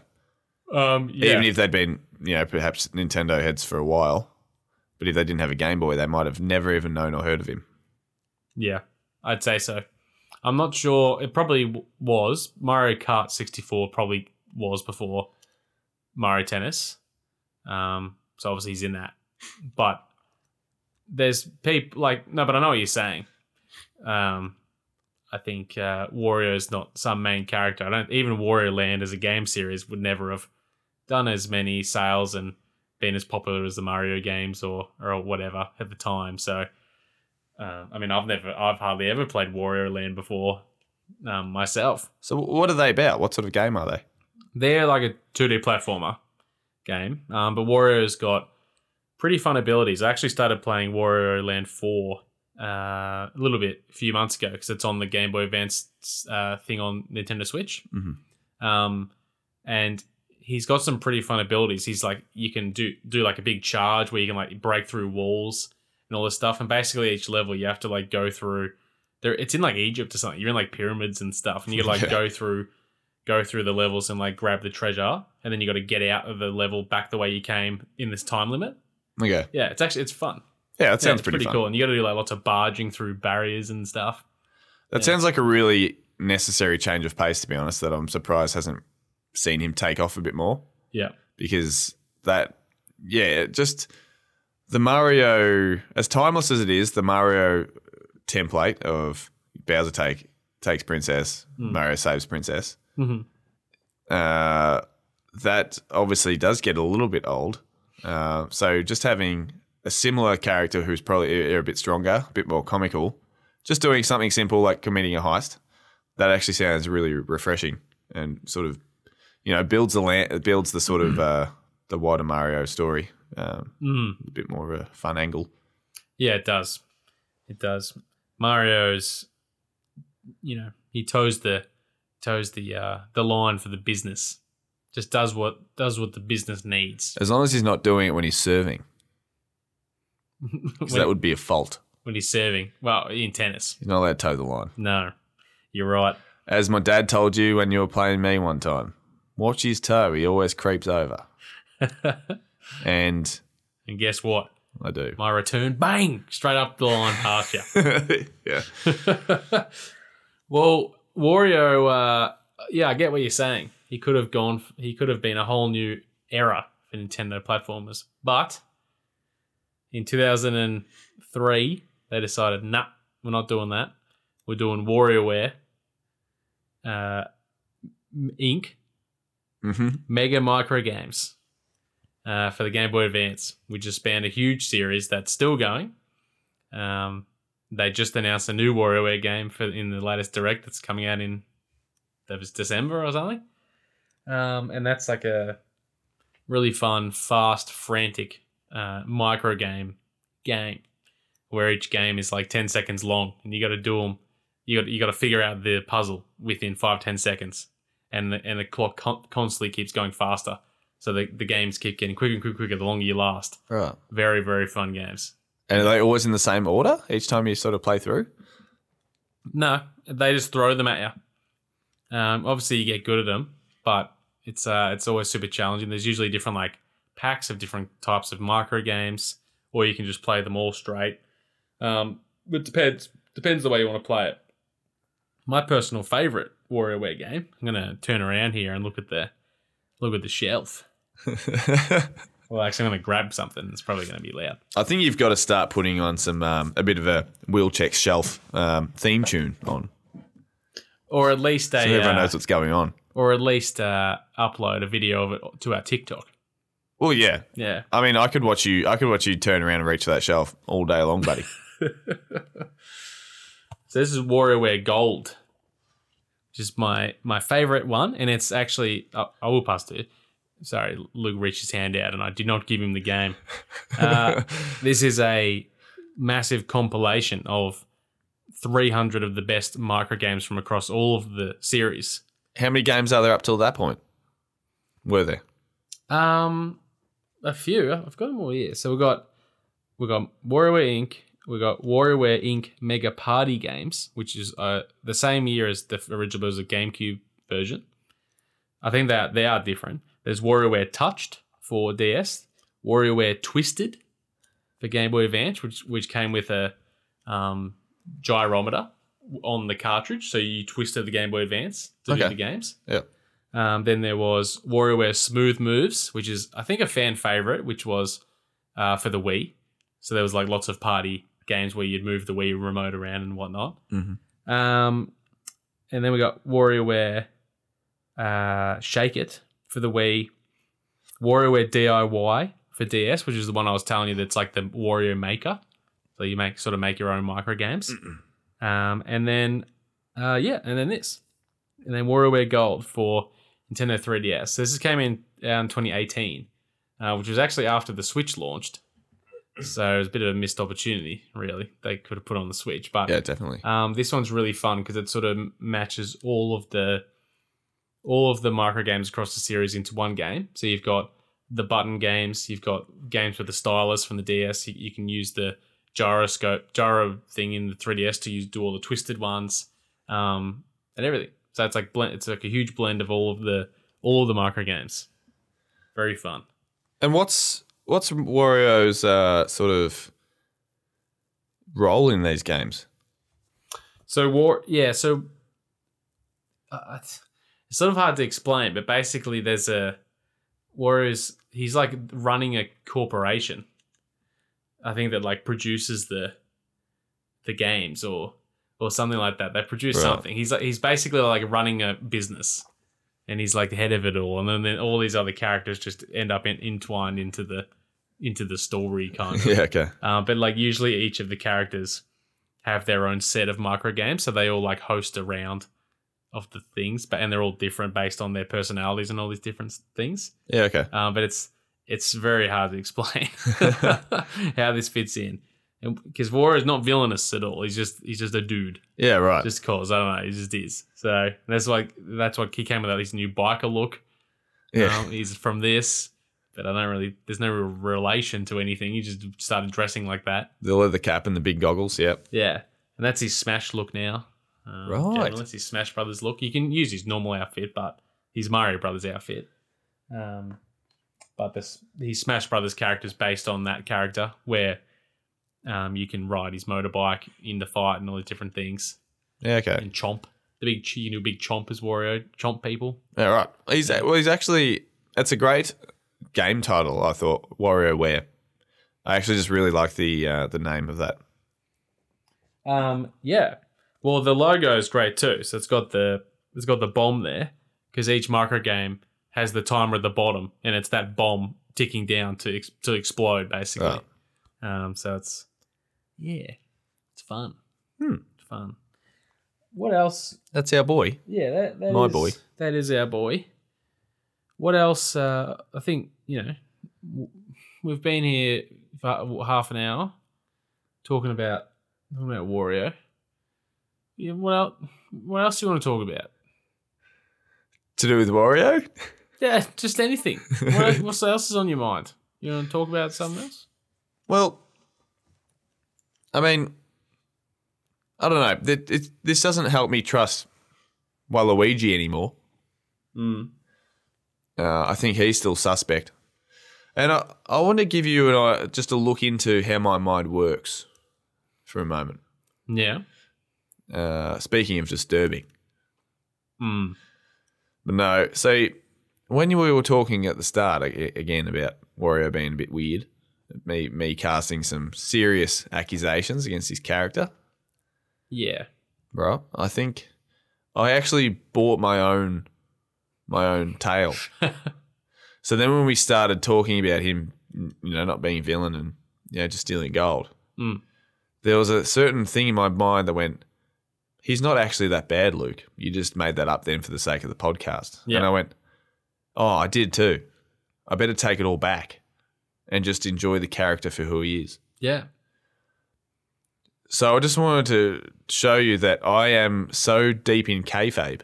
[SPEAKER 1] Um, yeah.
[SPEAKER 2] Even if they'd been, you know, perhaps Nintendo heads for a while, but if they didn't have a Game Boy, they might have never even known or heard of him.
[SPEAKER 1] Yeah, I'd say so. I'm not sure. It probably w- was Mario Kart 64. Probably was before Mario Tennis. Um, so obviously he's in that. But there's people like no, but I know what you're saying. Um, I think uh, Wario is not some main character. I don't even Wario Land as a game series would never have done as many sales and been as popular as the Mario games or or whatever at the time. So, uh, I mean, I've never, I've hardly ever played Wario Land before um, myself.
[SPEAKER 2] So what are they about? What sort of game are they?
[SPEAKER 1] They're like a 2D platformer game, um, but Wario's got pretty fun abilities. I actually started playing Wario Land 4 uh, a little bit a few months ago because it's on the Game Boy Advance uh, thing on Nintendo Switch. Um, and he's got some pretty fun abilities. He's like you can do do like a big charge where you can like break through walls and all this stuff. And basically each level you have to like go through. There, it's in like Egypt or something. You're in like pyramids and stuff, and you like
[SPEAKER 2] Yeah.
[SPEAKER 1] go through go through the levels and like grab the treasure, and then you got to get out of the level back the way you came in this time limit.
[SPEAKER 2] Okay.
[SPEAKER 1] Yeah, it's actually it's fun.
[SPEAKER 2] Yeah, that
[SPEAKER 1] Yeah,
[SPEAKER 2] sounds
[SPEAKER 1] it's
[SPEAKER 2] pretty, fun.
[SPEAKER 1] cool. And you got to do like lots of barging through barriers and stuff.
[SPEAKER 2] That
[SPEAKER 1] Yeah.
[SPEAKER 2] sounds like a really necessary change of pace, to be honest, that I'm surprised hasn't seen him take off a bit more.
[SPEAKER 1] Yeah.
[SPEAKER 2] Because that, yeah, it just the Mario, as timeless as it is, the Mario template of Bowser take takes princess,
[SPEAKER 1] Mm.
[SPEAKER 2] Mario saves princess.
[SPEAKER 1] Mhm.
[SPEAKER 2] Mm-hmm. Uh, that obviously does get a little bit old. Uh, so just having a similar character who's probably e-, a, a bit stronger, a bit more comical, just doing something simple like committing a heist, that actually sounds really refreshing and sort of, you know, builds the land, builds the sort of uh, the wider Mario story, um,
[SPEAKER 1] Mm.
[SPEAKER 2] a bit more of a fun angle.
[SPEAKER 1] Yeah, it does. It does. Mario's, you know, he toes the toes the uh, the line for the business. Just does what does what the business needs.
[SPEAKER 2] As long as he's not doing it when he's serving,
[SPEAKER 1] when,
[SPEAKER 2] because that would be a fault.
[SPEAKER 1] when he's serving, well, in tennis.
[SPEAKER 2] He's not allowed to toe the line.
[SPEAKER 1] No, you're right.
[SPEAKER 2] As my dad told you when you were playing me one time, watch his toe. He always creeps over.
[SPEAKER 1] and
[SPEAKER 2] And
[SPEAKER 1] guess what?
[SPEAKER 2] I do.
[SPEAKER 1] My return, bang, straight up the line past you.
[SPEAKER 2] yeah.
[SPEAKER 1] well, Wario, uh, yeah, I get what you're saying. He could have gone. He could have been a whole new era for Nintendo platformers. But in 2003, they decided, nah, we're not doing that. We're doing WarioWare, uh, Inc.
[SPEAKER 2] hmm
[SPEAKER 1] Mega Micro Games uh, for the Game Boy Advance, which has spanned a huge series that's still going. Um, they just announced a new WarioWare game for in the latest direct that's coming out in that was December or something. Um, and that's like a really fun, fast, frantic uh, micro game game where each game is like 10 seconds long and you got to do them. You got you got to figure out the puzzle within five ten seconds and the, and the clock con- constantly keeps going faster. So the, the games keep getting quicker and quicker, quicker the longer you last.
[SPEAKER 2] Right.
[SPEAKER 1] Very, very fun games.
[SPEAKER 2] And are they always in the same order each time you sort of play through?
[SPEAKER 1] No, they just throw them at you. Um, obviously, you get good at them, but it's uh, it's always super challenging. There's usually different like packs of different types of micro games, or you can just play them all straight. Um, it depends depends the way you want to play it. My personal favorite WarioWare game. I'm gonna turn around here and look at the look at the shelf. Well, actually, I'm going to grab something. It's probably going to be loud.
[SPEAKER 2] I think you've got to start putting on some um, a bit of a wheel check shelf um, theme tune on,
[SPEAKER 1] Or at least
[SPEAKER 2] so
[SPEAKER 1] a,
[SPEAKER 2] everyone
[SPEAKER 1] uh,
[SPEAKER 2] knows what's going on.
[SPEAKER 1] or at least uh, upload a video of it to our TikTok.
[SPEAKER 2] Well, yeah.
[SPEAKER 1] Yeah,
[SPEAKER 2] I mean, I could watch you. I could watch you turn around and reach for that shelf all day long, buddy.
[SPEAKER 1] So this is WarioWare Gold, which is my my favorite one, and it's actually I, I will pass to. you. Sorry, Luke reached his hand out, and I did not give him the game. Uh, this is a massive compilation of 300 of the best micro games from across all of the series.
[SPEAKER 2] How many games are there up till that point? Were there?
[SPEAKER 1] Um, a few. I've got them all here. So we got we got WarioWare Inc. We got WarioWare Inc. Mega Party Games, which is uh the same year as the original as the GameCube version. I think that they are different. There's WarioWare Touched for DS, WarioWare Twisted for Game Boy Advance, which which came with a um, gyrometer on the cartridge, so you twisted the Game Boy Advance to do
[SPEAKER 2] Okay.
[SPEAKER 1] the games.
[SPEAKER 2] Yeah.
[SPEAKER 1] Um, then there was WarioWare Smooth Moves, which is I think a fan favorite, which was uh, for the Wii. So there was like lots of party games where you'd move the Wii remote around and whatnot.
[SPEAKER 2] Mhm.
[SPEAKER 1] Um, and then we got WarioWare uh, Shake It for the Wii, WarioWare DIY for DS, which is the one I was telling you that's like the Wario Maker. So you make sort of make your own micro games. Um, and then, uh, yeah, and then this. And then WarioWare Gold for Nintendo 3DS. So this came in uh, in 2018, uh, which was actually after the Switch launched. So it was a bit of a missed opportunity, really. They could have put on the Switch, but
[SPEAKER 2] Yeah, definitely.
[SPEAKER 1] um, this one's really fun because it sort of matches all of the all of the micro games across the series into one game. So you've got the button games, you've got games with the stylus from the DS. You, you can use the gyroscope gyro thing in the 3DS to use do all the twisted ones um, and everything. So it's like blend. It's like a huge blend of all of the all of the micro games. Very fun.
[SPEAKER 2] And what's what's Wario's uh, sort of role in these games?
[SPEAKER 1] So war, yeah. So uh, it's it's sort of hard to explain, but basically, there's a Warriors. He's like running a corporation. I think that like produces the the games or or something like that. They produce
[SPEAKER 2] Right.
[SPEAKER 1] something. He's like he's basically like running a business, and he's like the head of it all. And then, then all these other characters just end up in, entwined into the into the story kind of.
[SPEAKER 2] Yeah, okay.
[SPEAKER 1] Uh, but like usually each of the characters have their own set of micro games, so they all like host a round of the things, but and they're all different based on their personalities and all these different s- things.
[SPEAKER 2] Yeah, okay.
[SPEAKER 1] Um, but it's it's very hard to explain how this fits in, because Vora is not villainous at all. He's just he's just a dude,
[SPEAKER 2] Yeah, right.
[SPEAKER 1] just cause I don't know, he just is. So that's like that's what he came with this new biker look.
[SPEAKER 2] yeah.
[SPEAKER 1] Um, he's from this, but I don't really. There's no real relation to anything. He just started dressing like that.
[SPEAKER 2] the leather cap and the big goggles. Yep.
[SPEAKER 1] Yeah, and that's his Smash look now. Um,
[SPEAKER 2] Right.
[SPEAKER 1] generally, that's his Smash Brothers look. You can use his normal outfit, but his Mario Brothers outfit. Um, but this his Smash Brothers character is based on that character, where um, you can ride his motorbike in the fight and all the different things.
[SPEAKER 2] Yeah, okay.
[SPEAKER 1] And Chomp, the big ch- you know big Chomp is Wario. Chomp people.
[SPEAKER 2] All right. He's well. He's actually. That's a great game title. I thought WarioWare. I actually just really like the uh, the name of that.
[SPEAKER 1] Um, yeah. Well, the logo is great too. So it's got the it's got the bomb there because each micro game has the timer at the bottom, and it's that bomb ticking down to ex- to explode basically. Um, so it's yeah, it's fun.
[SPEAKER 2] Hmm.
[SPEAKER 1] It's fun. What else?
[SPEAKER 2] That's our boy.
[SPEAKER 1] Yeah, that, that
[SPEAKER 2] My
[SPEAKER 1] is-
[SPEAKER 2] boy.
[SPEAKER 1] That is our boy. What else? Uh, I think you know w- we've been here for half an hour talking about talking about Wario. Yeah, what else? What else do you want to talk about?
[SPEAKER 2] To do with Wario?
[SPEAKER 1] Yeah, just anything. What else, what else is on your mind? You want to talk about something else?
[SPEAKER 2] Well, I mean, I don't know. Th- it, this doesn't help me trust Waluigi anymore.
[SPEAKER 1] Mm.
[SPEAKER 2] Uh, I think he's still suspect. And I, I want to give you an, uh, just a look into how my mind works for a moment.
[SPEAKER 1] Yeah.
[SPEAKER 2] Uh, speaking of disturbing.
[SPEAKER 1] Mm.
[SPEAKER 2] But no, so when we were talking at the start a- again about Wario being a bit weird, me, me casting some serious accusations against his character.
[SPEAKER 1] Yeah.
[SPEAKER 2] bro. I think I actually bought my own my own tale. so then when we started talking about him, you know, not being a villain and you know just stealing gold,
[SPEAKER 1] Mm.
[SPEAKER 2] there was a certain thing in my mind that went, "He's not actually that bad, Luke. You just made that up then for the sake of the podcast."
[SPEAKER 1] Yeah.
[SPEAKER 2] And I went, "Oh, I did too. I better take it all back." And just enjoy the character for who he is.
[SPEAKER 1] Yeah.
[SPEAKER 2] So I just wanted to show you that I am so deep in kayfabe.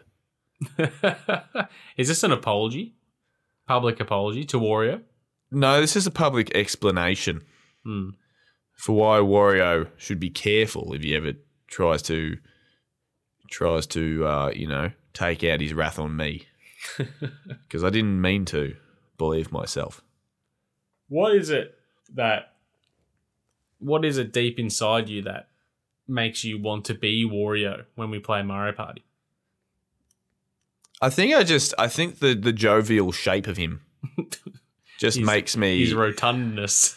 [SPEAKER 1] is this an apology? Public apology to Wario?
[SPEAKER 2] No, this is a public explanation
[SPEAKER 1] Mm.
[SPEAKER 2] for why Wario should be careful if he ever tries to tries to uh, you know take out his wrath on me because I didn't mean to believe myself.
[SPEAKER 1] What is it that what is it deep inside you that makes you want to be Wario when we play Mario Party?
[SPEAKER 2] I think I just I think the the jovial shape of him just
[SPEAKER 1] He's-
[SPEAKER 2] makes me
[SPEAKER 1] His rotundness.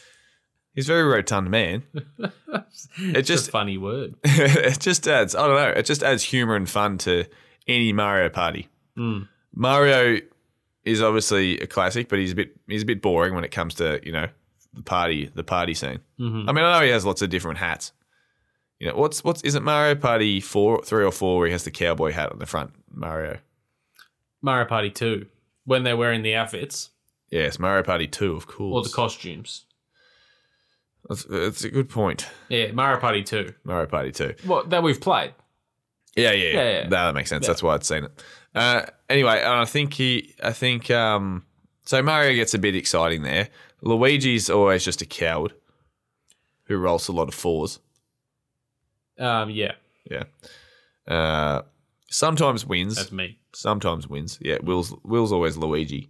[SPEAKER 2] He's a very rotund man.
[SPEAKER 1] It just
[SPEAKER 2] just-
[SPEAKER 1] a funny word.
[SPEAKER 2] it just adds, I don't know, it just adds humor and fun to any Mario party.
[SPEAKER 1] Mm.
[SPEAKER 2] Mario is obviously a classic, but he's a bit he's a bit boring when it comes to you know the party the party scene.
[SPEAKER 1] Mhm.
[SPEAKER 2] I mean, I know he has lots of different hats. You know, what's what's is it Mario Party four, three or four where he has the cowboy hat on the front? Mario.
[SPEAKER 1] Mario Party Two, when they're wearing the outfits
[SPEAKER 2] Yeah, it's Mario Party two, of course.
[SPEAKER 1] or the costumes.
[SPEAKER 2] That's, that's a good point.
[SPEAKER 1] Yeah, Mario Party Two.
[SPEAKER 2] Mario Party two.
[SPEAKER 1] Well, that we've played.
[SPEAKER 2] Yeah, yeah, yeah.
[SPEAKER 1] Yeah, yeah.
[SPEAKER 2] No, that makes sense. That's why I'd seen it. Uh, anyway, and I think he, I think, um, so Mario gets a bit exciting there. Luigi's always just a coward who rolls a lot of fours.
[SPEAKER 1] Um, yeah,
[SPEAKER 2] Uh, sometimes wins.
[SPEAKER 1] that's me.
[SPEAKER 2] sometimes wins. Yeah, Will's Will's always Luigi.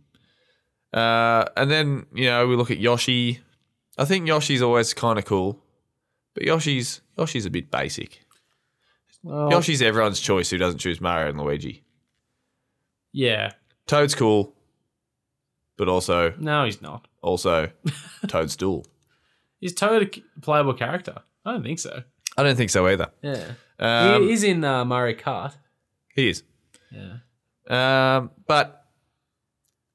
[SPEAKER 2] Uh, and then you know we look at Yoshi. I think Yoshi's always kind of cool, but Yoshi's Yoshi's a bit basic. Yoshi's everyone's choice who doesn't choose Mario and Luigi.
[SPEAKER 1] Yeah,
[SPEAKER 2] Toad's cool, but also
[SPEAKER 1] no, he's not.
[SPEAKER 2] also Toadstool.
[SPEAKER 1] Is Toad a c- playable character? I don't think so.
[SPEAKER 2] I don't think so either.
[SPEAKER 1] Yeah,
[SPEAKER 2] Um,
[SPEAKER 1] he is in uh, Mario Kart.
[SPEAKER 2] he is.
[SPEAKER 1] Yeah,
[SPEAKER 2] Um, but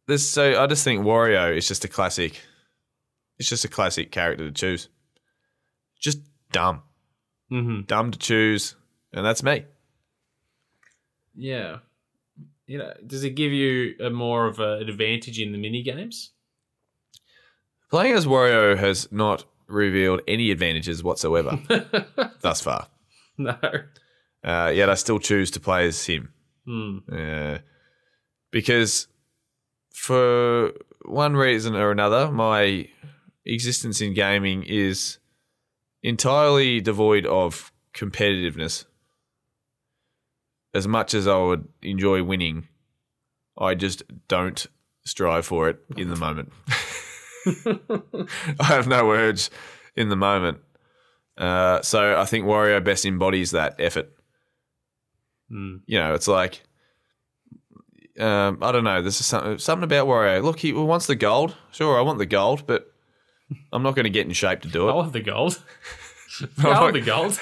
[SPEAKER 2] this, so I just think Wario is just a classic. It's just a classic character to choose. Just dumb,
[SPEAKER 1] mm-hmm.
[SPEAKER 2] dumb to choose, and that's me.
[SPEAKER 1] yeah. You know, does it give you a more of a, an advantage in the mini games?
[SPEAKER 2] Playing as Wario has not revealed any advantages whatsoever thus far.
[SPEAKER 1] no.
[SPEAKER 2] Uh, yet I still choose to play as him.
[SPEAKER 1] Hmm.
[SPEAKER 2] Uh, because for one reason or another, my existence in gaming is entirely devoid of competitiveness. As much as I would enjoy winning, I just don't strive for it in the moment. I have no urge in the moment. Uh, so I think Wario best embodies that effort
[SPEAKER 1] Hmm.
[SPEAKER 2] you know, it's like, um, I don't know. There's something, something about Wario. Look, he wants the gold. Sure, I want the gold, but I'm not going to get in shape to do
[SPEAKER 1] I
[SPEAKER 2] it.
[SPEAKER 1] want the gold. I want the gold.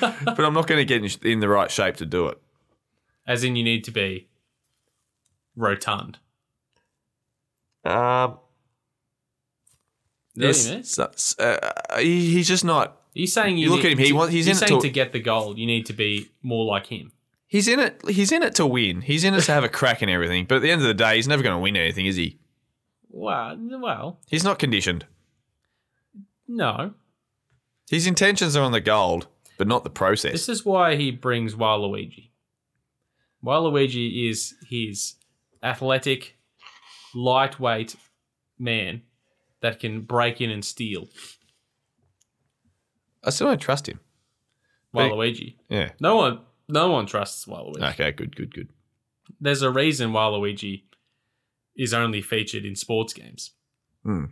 [SPEAKER 2] but I'm not going to get in, in the right shape to do it.
[SPEAKER 1] As in, you need to be rotund.
[SPEAKER 2] Um,
[SPEAKER 1] Yes. Are
[SPEAKER 2] uh, he, he's just not.
[SPEAKER 1] you saying you,
[SPEAKER 2] You look
[SPEAKER 1] need-
[SPEAKER 2] at him, he wants- he's
[SPEAKER 1] you're
[SPEAKER 2] in it
[SPEAKER 1] saying
[SPEAKER 2] to-
[SPEAKER 1] to get the gold, you need to be more like him.
[SPEAKER 2] He's in it. He's in it to win. He's in it to have a crack and everything. But at the end of the day, he's never going to win anything, is he?
[SPEAKER 1] Well, well,
[SPEAKER 2] He's not conditioned.
[SPEAKER 1] no.
[SPEAKER 2] His intentions are on the gold, but not the process.
[SPEAKER 1] This is why he brings Waluigi. Waluigi is his athletic, lightweight man that can break in and steal.
[SPEAKER 2] I still don't trust him. But-
[SPEAKER 1] Waluigi.
[SPEAKER 2] Yeah.
[SPEAKER 1] No one, no one trusts Waluigi.
[SPEAKER 2] Okay. Good. Good. Good.
[SPEAKER 1] There's a reason Waluigi is only featured in sports games.
[SPEAKER 2] Hmm.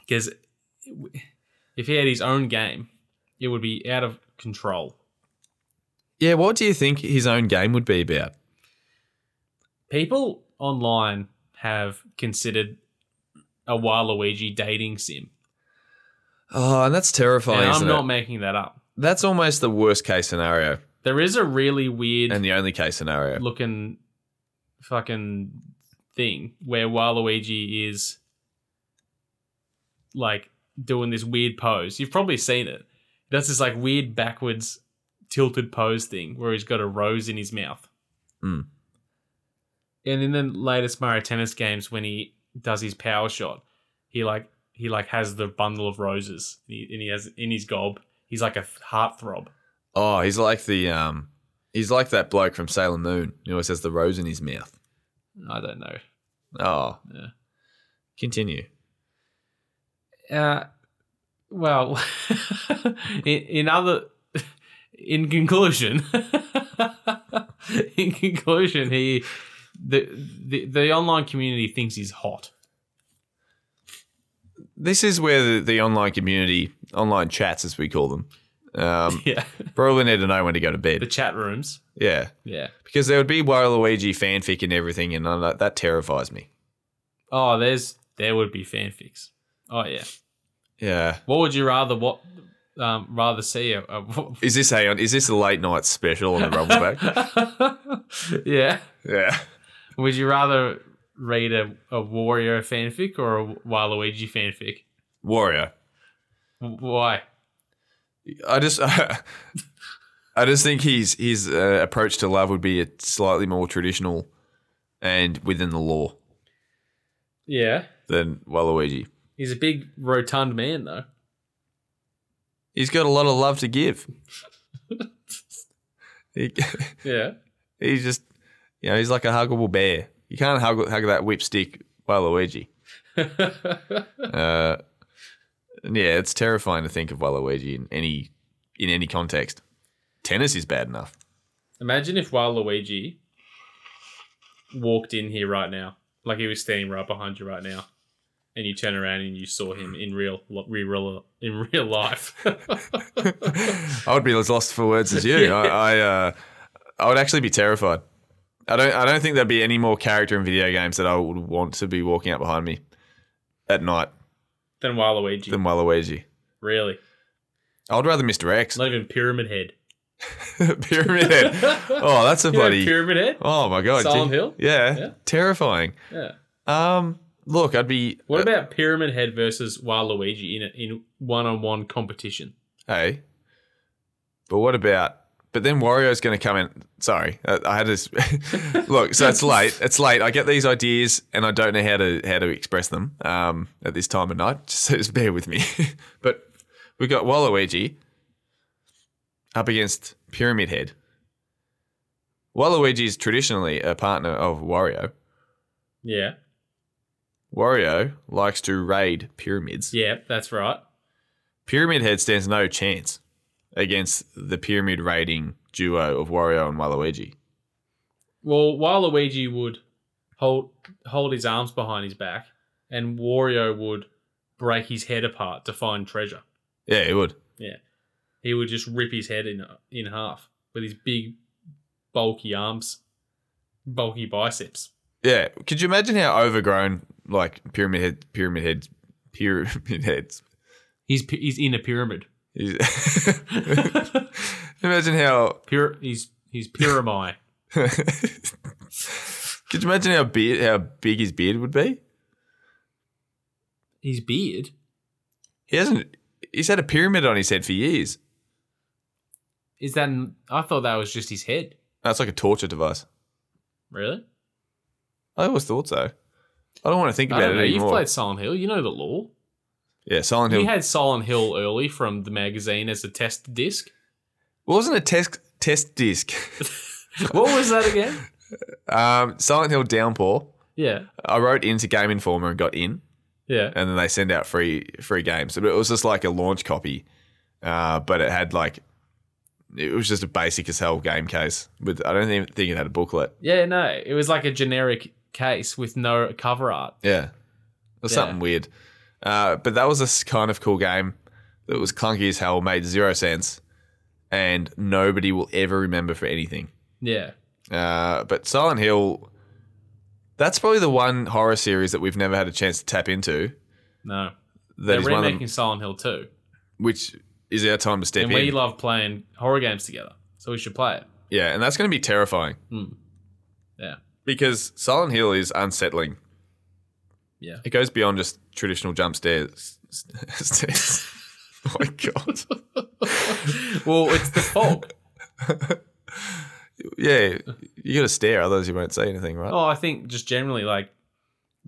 [SPEAKER 1] Because if he had his own game, it would be out of control.
[SPEAKER 2] Yeah, what do you think his own game would be about?
[SPEAKER 1] People online have considered a Waluigi dating sim.
[SPEAKER 2] Oh, and that's terrifying,
[SPEAKER 1] and
[SPEAKER 2] isn't
[SPEAKER 1] I'm not
[SPEAKER 2] it?
[SPEAKER 1] making that up.
[SPEAKER 2] That's almost the worst case scenario
[SPEAKER 1] There is a really weird
[SPEAKER 2] and the only case scenario.
[SPEAKER 1] looking fucking thing where Waluigi is like doing this weird pose. You've probably seen it. That's this like weird backwards tilted pose thing where he's got a rose in his mouth. Hmm.
[SPEAKER 2] Mm.
[SPEAKER 1] And in the latest Mario Tennis games when he does his power shot, he like he like has the bundle of roses and he, and he has in his gob. He's like a heartthrob.
[SPEAKER 2] Oh, he's like the um, he's like that bloke from Sailor Moon. He always has the rose in his mouth.
[SPEAKER 1] I don't know.
[SPEAKER 2] Oh,
[SPEAKER 1] Yeah.
[SPEAKER 2] continue.
[SPEAKER 1] Uh, well, in, in other, in conclusion, in conclusion, he the, the the online community thinks he's hot.
[SPEAKER 2] This is where the, the online community, online chats as we call them, um,
[SPEAKER 1] Yeah,
[SPEAKER 2] probably need to know when to go
[SPEAKER 1] the
[SPEAKER 2] to bed.
[SPEAKER 1] chat rooms.
[SPEAKER 2] Yeah,
[SPEAKER 1] Yeah.
[SPEAKER 2] because there would be Waluigi fanfic and everything, and I, that terrifies me.
[SPEAKER 1] Oh, there's there would be fanfics. Oh yeah.
[SPEAKER 2] Yeah.
[SPEAKER 1] What would you rather what um, rather see? A, a-
[SPEAKER 2] Is this a is this a late night special on the Rumbleback?
[SPEAKER 1] yeah.
[SPEAKER 2] yeah.
[SPEAKER 1] Would you rather read a, a Wario fanfic or a Waluigi fanfic?
[SPEAKER 2] Warrior.
[SPEAKER 1] W- Why?
[SPEAKER 2] I just I just think his his uh, approach to love would be a slightly more traditional and within the law
[SPEAKER 1] Yeah.
[SPEAKER 2] than Waluigi.
[SPEAKER 1] He's a big rotund man though.
[SPEAKER 2] He's got a lot of love to give. he,
[SPEAKER 1] Yeah.
[SPEAKER 2] he's just you know he's like a huggable bear. You can't hug, hug that whip stick Waluigi. Uh, and yeah, it's terrifying to think of Waluigi in any in any context. Tennis is bad enough.
[SPEAKER 1] Imagine if Waluigi walked in here right now, like he was standing right behind you right now, and you turn around and you saw him in real, real, real in real life.
[SPEAKER 2] I would be as lost for words as you. I I, uh, I would actually be terrified. I don't I don't think there'd be any more character in video games that I would want to be walking up behind me at night
[SPEAKER 1] then Waluigi,
[SPEAKER 2] than Waluigi.
[SPEAKER 1] really,
[SPEAKER 2] I would rather Mr. X.
[SPEAKER 1] not even Pyramid Head.
[SPEAKER 2] Pyramid Head. Oh, that's a
[SPEAKER 1] You know
[SPEAKER 2] bloody.
[SPEAKER 1] Pyramid Head.
[SPEAKER 2] oh my god.
[SPEAKER 1] Silent
[SPEAKER 2] gee.
[SPEAKER 1] Hill?
[SPEAKER 2] Yeah,
[SPEAKER 1] Yeah.
[SPEAKER 2] Terrifying.
[SPEAKER 1] Yeah.
[SPEAKER 2] Um look, I'd be
[SPEAKER 1] What about Pyramid Head versus Waluigi in a, in one on one competition?
[SPEAKER 2] Hey, but what about? But then Wario's going to come in. Sorry, I, I had this. look, so it's late. It's late. I get these ideas, and I don't know how to how to express them um, at this time of night. Just, so just bear with me. but we got Waluigi up against Pyramid Head. Waluigi is traditionally a partner of Wario.
[SPEAKER 1] Yeah.
[SPEAKER 2] Wario likes to raid pyramids.
[SPEAKER 1] Yeah, that's right.
[SPEAKER 2] Pyramid Head stands no chance against the pyramid raiding duo of Wario and Waluigi.
[SPEAKER 1] Well, Waluigi would hold hold his arms behind his back, and Wario would break his head apart to find treasure.
[SPEAKER 2] Yeah, it would.
[SPEAKER 1] He would just rip his head in in half with his big, bulky arms, bulky biceps.
[SPEAKER 2] Yeah, could you imagine how overgrown like Pyramid Head, Pyramid Head, Pyramid Heads?
[SPEAKER 1] He's pi- he's in a pyramid.
[SPEAKER 2] is- imagine how.
[SPEAKER 1] Pyra- he's he's pyramid.
[SPEAKER 2] could you imagine how beard, how big his beard would be?
[SPEAKER 1] his beard.
[SPEAKER 2] He hasn't. He's had a pyramid on his head for years.
[SPEAKER 1] Is that? I thought that was just his head.
[SPEAKER 2] That's like a torture device.
[SPEAKER 1] Really?
[SPEAKER 2] I always thought so. I don't want to think
[SPEAKER 1] I
[SPEAKER 2] about
[SPEAKER 1] don't
[SPEAKER 2] it
[SPEAKER 1] know. You've
[SPEAKER 2] anymore.
[SPEAKER 1] played Silent Hill. You know the law.
[SPEAKER 2] yeah, Silent Hill
[SPEAKER 1] You had Silent Hill early from the magazine as a test disc.
[SPEAKER 2] Well, wasn't a test test disc.
[SPEAKER 1] What was that again?
[SPEAKER 2] um, Silent Hill Downpour.
[SPEAKER 1] Yeah.
[SPEAKER 2] I wrote into Game Informer and got in,
[SPEAKER 1] Yeah.
[SPEAKER 2] and then they send out free free games. But it was just like a launch copy, uh, but it had like it was just a basic as hell game case. With I don't even think it had a booklet.
[SPEAKER 1] Yeah, no. It was like a generic case with no cover art.
[SPEAKER 2] Yeah, it was
[SPEAKER 1] Yeah.
[SPEAKER 2] something weird. Uh, but that was a s- kind of cool game that was clunky as hell, made zero sense, and nobody will ever remember for anything.
[SPEAKER 1] Yeah.
[SPEAKER 2] Uh, but Silent Hill, that's probably the one horror series that we've never had a chance to tap into.
[SPEAKER 1] No.
[SPEAKER 2] That is
[SPEAKER 1] They're
[SPEAKER 2] one of
[SPEAKER 1] remaking
[SPEAKER 2] them,
[SPEAKER 1] Silent Hill 2.
[SPEAKER 2] which is our time to step
[SPEAKER 1] And
[SPEAKER 2] in.
[SPEAKER 1] we love playing horror games together. So we should play it.
[SPEAKER 2] yeah, and that's going to be terrifying.
[SPEAKER 1] Mm. Yeah.
[SPEAKER 2] Because Silent Hill is unsettling.
[SPEAKER 1] Yeah.
[SPEAKER 2] It goes beyond just traditional jump stairs. stairs. oh my god.
[SPEAKER 1] well, it's the fog.
[SPEAKER 2] Yeah, you got to stare, otherwise you won't see anything, right?
[SPEAKER 1] Oh, I think just generally, like,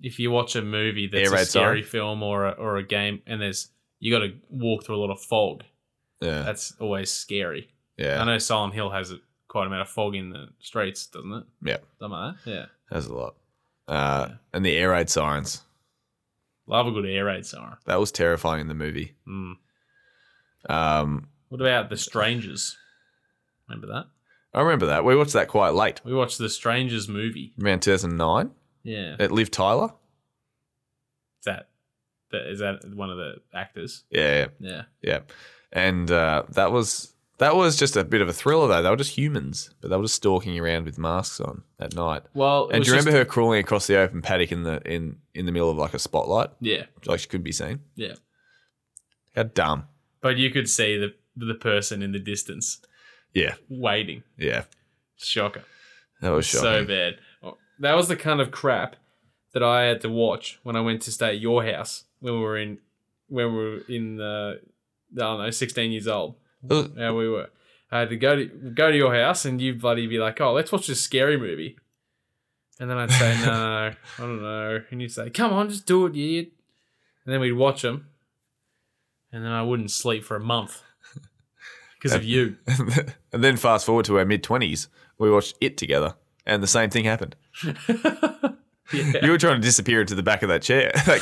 [SPEAKER 1] if you watch a movie that's
[SPEAKER 2] Air
[SPEAKER 1] a
[SPEAKER 2] raid
[SPEAKER 1] scary film or a, or a game and there's, you got to walk through a lot of fog,
[SPEAKER 2] yeah,
[SPEAKER 1] that's always scary. I
[SPEAKER 2] yeah,
[SPEAKER 1] know Silent Hill has a, quite amount of fog in the streets, doesn't it?
[SPEAKER 2] Yeah.
[SPEAKER 1] Something like that. Yeah.
[SPEAKER 2] that's a lot. Uh, and the air raid sirens.
[SPEAKER 1] Love a good air raid siren.
[SPEAKER 2] That was terrifying in the movie.
[SPEAKER 1] Mm.
[SPEAKER 2] Um,
[SPEAKER 1] What about The Strangers? Remember that?
[SPEAKER 2] I remember that. We watched that quite late.
[SPEAKER 1] We watched The Strangers movie.
[SPEAKER 2] around 2009
[SPEAKER 1] Yeah.
[SPEAKER 2] at Liv Tyler.
[SPEAKER 1] Is that, that is that one of the actors?
[SPEAKER 2] Yeah,
[SPEAKER 1] Yeah.
[SPEAKER 2] yeah, and uh, that was that was just a bit of a thriller though. They were just humans, but they were just stalking around with masks on at night.
[SPEAKER 1] Well, it
[SPEAKER 2] And
[SPEAKER 1] was
[SPEAKER 2] do you remember
[SPEAKER 1] just-
[SPEAKER 2] her crawling across the open paddock in the in in the middle of like a spotlight,
[SPEAKER 1] Yeah.
[SPEAKER 2] like she couldn't be seen?
[SPEAKER 1] Yeah.
[SPEAKER 2] How dumb.
[SPEAKER 1] But you could see the the person in the distance
[SPEAKER 2] Yeah,
[SPEAKER 1] waiting.
[SPEAKER 2] yeah.
[SPEAKER 1] Shocker.
[SPEAKER 2] That was
[SPEAKER 1] So
[SPEAKER 2] shocking.
[SPEAKER 1] bad. Oh, That was the kind of crap that I had to watch when I went to stay at your house when we were in when we were in the I don't know, sixteen years old.
[SPEAKER 2] Ugh.
[SPEAKER 1] How we were. I had to go to go to your house and you bloody be like, Oh, let's watch this scary movie. And then I'd say, No, no, no, I don't know. And you'd say, Come on, just do it, you idiot. And then we'd watch them. And then I wouldn't sleep for a month. Because of you.
[SPEAKER 2] and then fast forward to our mid twenties, we watched it together, and the same thing happened.
[SPEAKER 1] Yeah.
[SPEAKER 2] You were trying to disappear into the back of that chair, that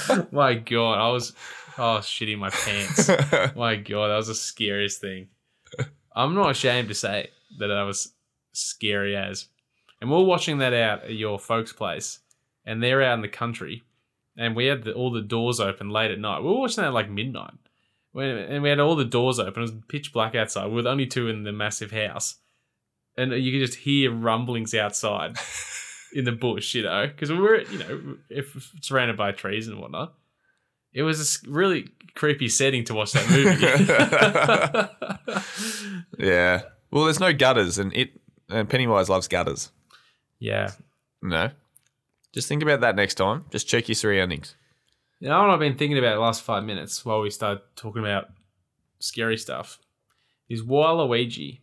[SPEAKER 2] couch.
[SPEAKER 1] My God, I was oh shitting my pants. My God, that was the scariest thing. I'm not ashamed to say that I was scary as. And we we're watching that out at your folks' place, and they're out in the country, and we had the, all the doors open late at night. We were watching that at like midnight, We- and we had all the doors open. It was pitch black outside. We were the only two in the massive house, and you could just hear rumblings outside in the bush, you know, because we were, you know, if surrounded by trees and whatnot. It was a s- really creepy setting to watch that movie.
[SPEAKER 2] yeah. Well, there's no gutters, and it and Pennywise loves gutters.
[SPEAKER 1] yeah.
[SPEAKER 2] No. Just think about that next time. Just check your surroundings.
[SPEAKER 1] You know what I've been thinking about the last five minutes while we start talking about scary stuff is Waluigi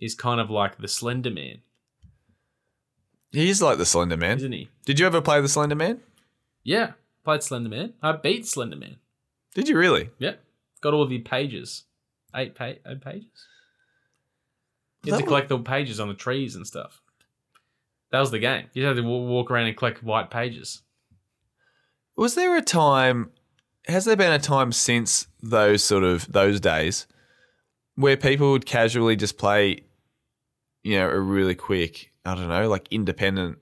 [SPEAKER 1] is kind of like the Slender Man,
[SPEAKER 2] He's like the Slender Man.
[SPEAKER 1] isn't he?
[SPEAKER 2] Did you ever play the Slender Man?
[SPEAKER 1] Yeah. Played Slender Man. I beat Slender Man.
[SPEAKER 2] Did you really?
[SPEAKER 1] Yep. Got all the pages. Eight, pa- eight pages? You had
[SPEAKER 2] That
[SPEAKER 1] to collect all pages on the trees and stuff. That was the game. You had to wa- walk around and collect white pages.
[SPEAKER 2] Was there a time? Has there been a time since those sort of those days where people would casually just play, you know, a really quick, I don't know, like independent.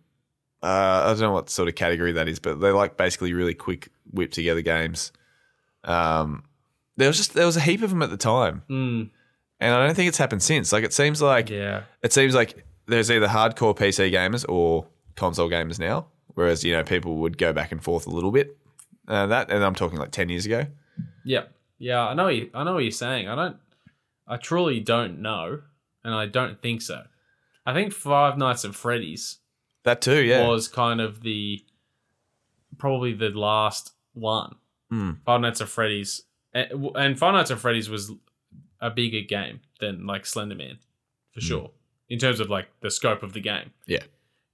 [SPEAKER 2] Uh, I don't know what sort of category that is, but they like basically really quick whip together games. Um, there was just there was a heap of them at the time,
[SPEAKER 1] Mm,
[SPEAKER 2] and I don't think it's happened since. Like it seems like
[SPEAKER 1] yeah.
[SPEAKER 2] it seems like there's either hardcore PC gamers or console gamers now. Whereas you know people would go back and forth a little bit. Uh, that and I'm talking like ten years ago.
[SPEAKER 1] Yeah, yeah, I know. You, I know what you're saying. I don't. I truly don't know, and I don't think so. I think Five Nights at Freddy's
[SPEAKER 2] That too, yeah.
[SPEAKER 1] was kind of the probably the last one.
[SPEAKER 2] Hmm.
[SPEAKER 1] Five Nights at Freddy's, and, and Five Nights at Freddy's was a bigger game than like Slender Man, for
[SPEAKER 2] Hmm.
[SPEAKER 1] sure, in terms of like the scope of the game.
[SPEAKER 2] Yeah.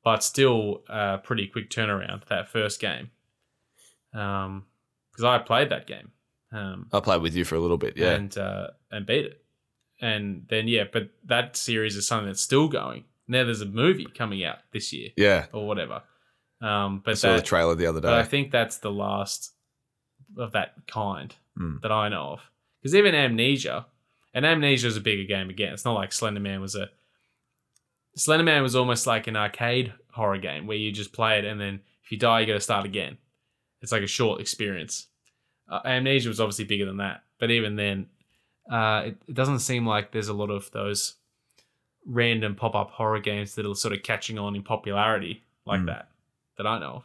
[SPEAKER 1] but still a pretty quick turnaround that first game. Um, because I played that game. Um,
[SPEAKER 2] I played with you for a little bit, yeah.
[SPEAKER 1] and uh, and beat it. And then yeah, but that series is something that's still going. Now there's a movie coming out this year
[SPEAKER 2] yeah.
[SPEAKER 1] or whatever. Um,
[SPEAKER 2] I
[SPEAKER 1] but
[SPEAKER 2] saw the
[SPEAKER 1] that,
[SPEAKER 2] trailer the other
[SPEAKER 1] but I
[SPEAKER 2] day.
[SPEAKER 1] think that's the last of that kind
[SPEAKER 2] Mm.
[SPEAKER 1] that I know of. Because even Amnesia, and Amnesia is a bigger game again. It's not like Slender Man was a Slender Man was almost like an arcade horror game where you just play it and then if you die, you got to start again. It's like a short experience. Uh, Amnesia was obviously bigger than that, but even then, uh, it, it doesn't seem like there's a lot of those random pop up horror games that are sort of catching on in popularity like
[SPEAKER 2] Mm.
[SPEAKER 1] that that I know of.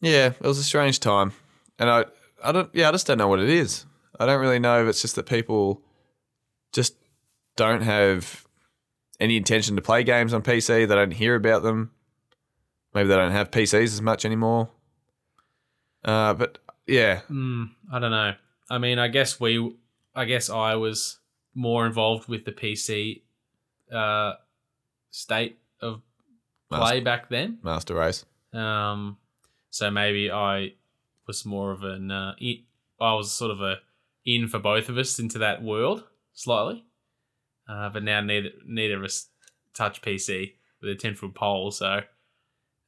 [SPEAKER 2] yeah, it was a strange time. And I I don't yeah, I just don't know what it is. I don't really know if it's just that people just don't have any intention to play games on PC. They don't hear about them. Maybe they don't have PCs as much anymore. Uh, but yeah,
[SPEAKER 1] Mm, I don't know. I mean, I guess we, I guess I was more involved with the PC uh, state of
[SPEAKER 2] Master-
[SPEAKER 1] play back then.
[SPEAKER 2] Master Race.
[SPEAKER 1] Um, so maybe I was more of an, uh, in, I was sort of a in for both of us into that world slightly. Uh, but now neither neither of us touch PC with a ten foot pole, so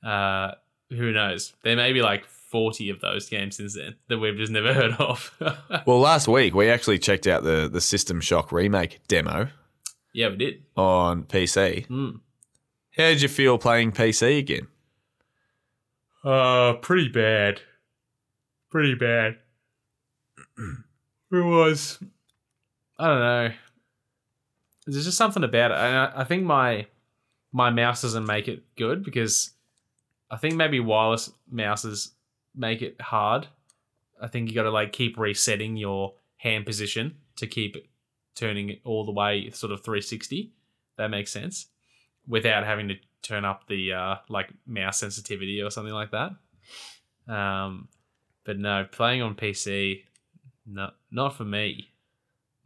[SPEAKER 1] uh, who knows? There may be like forty of those games since then that we've just never heard of.
[SPEAKER 2] Well, last week we actually checked out the the System Shock remake demo
[SPEAKER 1] yeah, we did.
[SPEAKER 2] on PC.
[SPEAKER 1] Mm.
[SPEAKER 2] How did you feel playing PC again?
[SPEAKER 1] Uh, pretty bad. Pretty bad. it was. I don't know. There's just something about it, and I, I think my my mouse doesn't make it good because I think maybe wireless mouses make it hard I think you got to like keep resetting your hand position to keep it turning it all the way sort of 360. That makes sense without having to turn up the uh, like mouse sensitivity or something like that. Um, but no, playing on PC, no, not for me,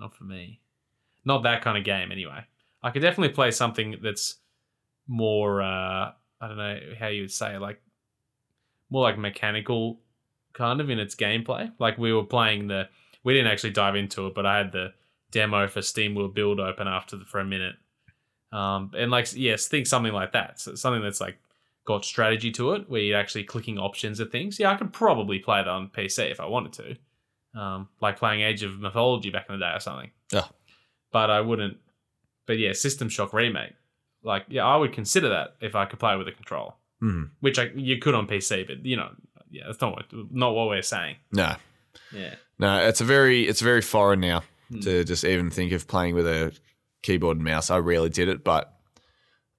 [SPEAKER 1] not for me, not that kind of game. Anyway, I could definitely play something that's more uh, I don't know how you would say like more like mechanical kind of in its gameplay. Like we were playing the we didn't actually dive into it, but I had the demo for Steam Wheel Build open after the, for a minute. Um, and like yes, think something like that. So something that's like got strategy to it, where you're actually clicking options at things. Yeah, I could probably play that on PC if I wanted to, um, like playing Age of Mythology back in the day or something.
[SPEAKER 2] Yeah.
[SPEAKER 1] But I wouldn't. But yeah, System Shock remake. Like yeah, I would consider that if I could play with a controller,
[SPEAKER 2] Mm.
[SPEAKER 1] which I you could on PC, but you know, yeah, that's not what not what we're saying.
[SPEAKER 2] No,
[SPEAKER 1] Yeah.
[SPEAKER 2] no, it's a very it's very foreign now
[SPEAKER 1] Hmm.
[SPEAKER 2] to just even think of playing with a keyboard and mouse. I rarely did it, but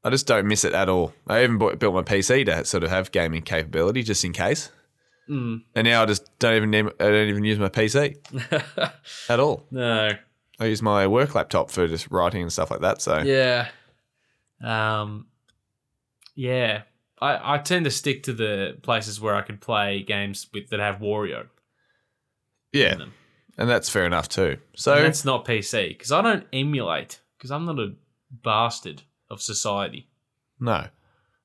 [SPEAKER 2] I just don't miss it at all. I even bought, built my PC to sort of have gaming capability just in case,
[SPEAKER 1] Mm.
[SPEAKER 2] and now I just don't even need, I don't even use my PC at all.
[SPEAKER 1] no.
[SPEAKER 2] I use my work laptop for just writing and stuff like that. So
[SPEAKER 1] Yeah. Um Yeah. I, I tend to stick to the places where I can play games with that have Wario
[SPEAKER 2] yeah,
[SPEAKER 1] in them.
[SPEAKER 2] and that's fair enough too. So
[SPEAKER 1] and that's not PC because I don't emulate because I'm not a bastard of society.
[SPEAKER 2] no,